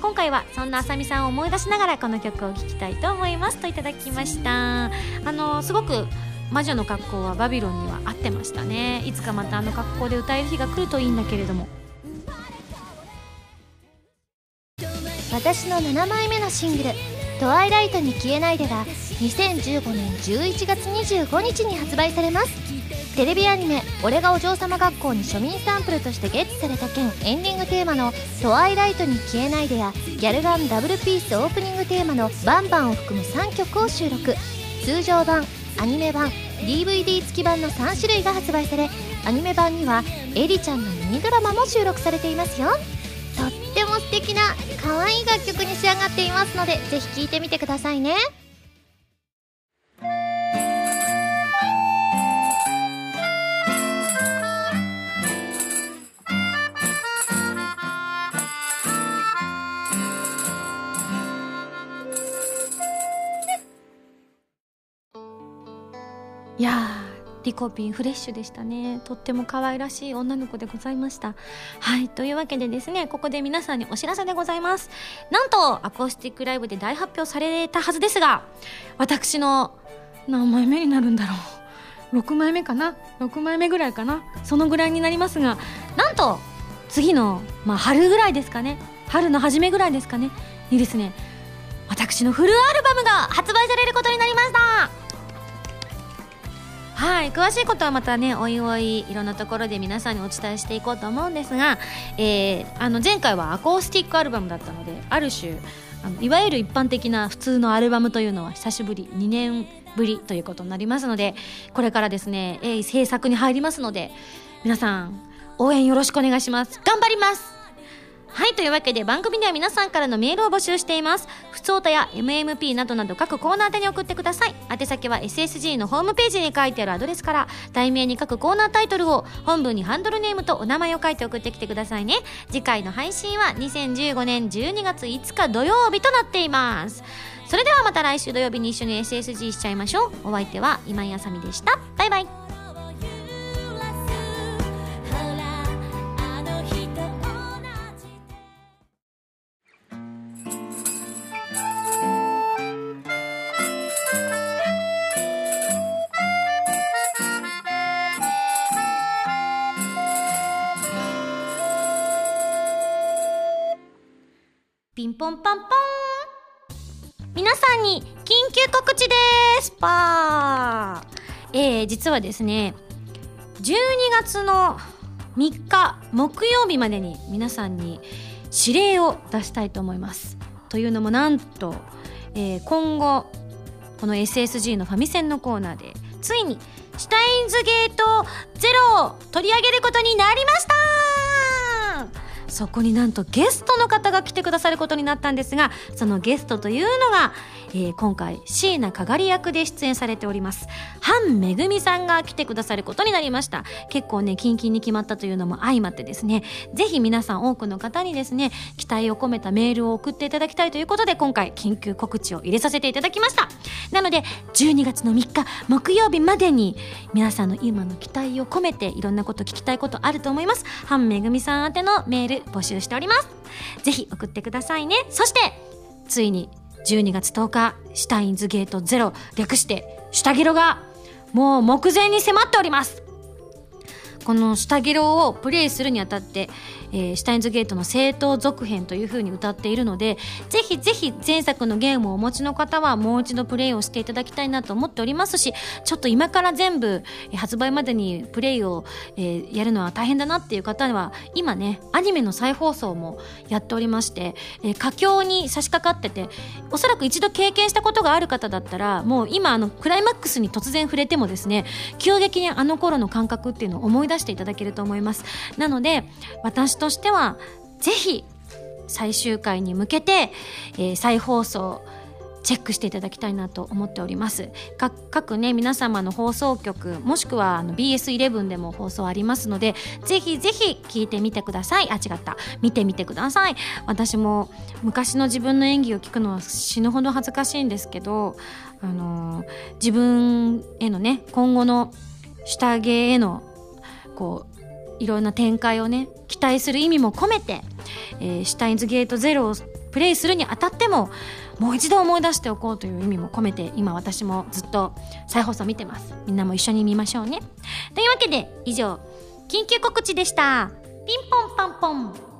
Speaker 2: 今回はそんなあさみさんを思い出しながらこの曲を聴きたいと思いますといただきましたあのすごく魔女の格好はバビロンには合ってましたねいつかまたあの格好で歌える日が来るといいんだけれども
Speaker 7: 私の7枚目のシングル「トワイライトに消えないで」が2015年11月25日に発売されますテレビアニメ「俺がお嬢様学校」に庶民サンプルとしてゲットされた件エンディングテーマの「トワイライトに消えないで」やギャルガンダブルピースオープニングテーマの「バンバン」を含む3曲を収録通常版アニメ版 DVD 付き版の3種類が発売されアニメ版にはエリちゃんのミニドラマも収録されていますよとっても素敵な可愛い楽曲に仕上がっていますのでぜひ聴いてみてくださいね
Speaker 2: いやーリコピンフレッシュでしたねとっても可愛らしい女の子でございましたはいというわけでですねここで皆さんにお知らせでございますなんとアコースティックライブで大発表されたはずですが私の何枚目になるんだろう6枚目かな6枚目ぐらいかなそのぐらいになりますがなんと次の、まあ、春ぐらいですかね春の初めぐらいですかねにですね私のフルアルバムが発売されることになりましたはい詳しいことはまたねおいおいいろんなところで皆さんにお伝えしていこうと思うんですが、えーあの前回はアコースティックアルバムだったのである種あのいわゆる一般的な普通のアルバムというのは久しぶり2年ぶりということになりますのでこれからですね、えー制作に入りますので皆さん応援よろしくお願いします頑張りますはいというわけで番組では皆さんからのメールを募集しています普通歌や MMP などなど各コーナー宛てに送ってください宛先は SSG のホームページに書いてあるアドレスから題名に各コーナータイトルを本文にハンドルネームとお名前を書いて送ってきてくださいね次回の配信は2015年12月5日土曜日となっていますそれではまた来週土曜日に一緒に SSG しちゃいましょうお相手は今井あさみでしたバイバイピンポンパンポン皆さんに緊急告知ですパーえー、実はですね12月の3日木曜日までに皆さんに指令を出したいと思いますというのもなんと、えー今後この SSG のファミセンのコーナーでついにシュタインズゲートゼロを取り上げることになりましたそこになんとゲストの方が来てくださることになったんですがそのゲストというのが、えー今回椎名かがり役で出演されております半めぐみさんが来てくださることになりました結構ねキンキンに決まったというのも相まってですねぜひ皆さん多くの方にですね期待を込めたメールを送っていただきたいということで今回緊急告知を入れさせていただきましたなので12月の3日木曜日までに皆さんの今の期待を込めていろんなこと聞きたいことあると思います半めぐみさん宛てのメール募集しておりますぜひ送ってくださいねそしてついに12月10日シュタインズゲートゼロ略してシュタゲロがもう目前に迫っておりますこの「シュタゲロ」をプレイするにあたって、えーシュタインズゲートの正当続編という風に歌っているのでぜひぜひ前作のゲームをお持ちの方はもう一度プレイをしていただきたいなと思っておりますしちょっと今から全部えー発売までにプレイを、えーやるのは大変だなっていう方は今ねアニメの再放送もやっておりまして、えー佳境に差し掛かってておそらく一度経験したことがある方だったらもう今あのクライマックスに突然触れてもですね急激にあの頃の感覚っていうのを思い出していただけると思いますなので私としてはぜひ最終回に向けて、えー再放送チェックしていただきたいなと思っておりますか各ね皆様の放送局もしくはあの BS11 でも放送ありますのでぜひぜひ聞いてみてくださいあ違った見てみてください私も昔の自分の演技を聞くのは死ぬほど恥ずかしいんですけどあのー自分へのね今後の下着へのこういろんな展開をね期待する意味も込めて、えーシュタインズゲートゼロをプレイするにあたってももう一度思い出しておこうという意味も込めて今私もずっと再放送見てますみんなも一緒に見ましょうねというわけで以上緊急告知でしたピンポンパンポン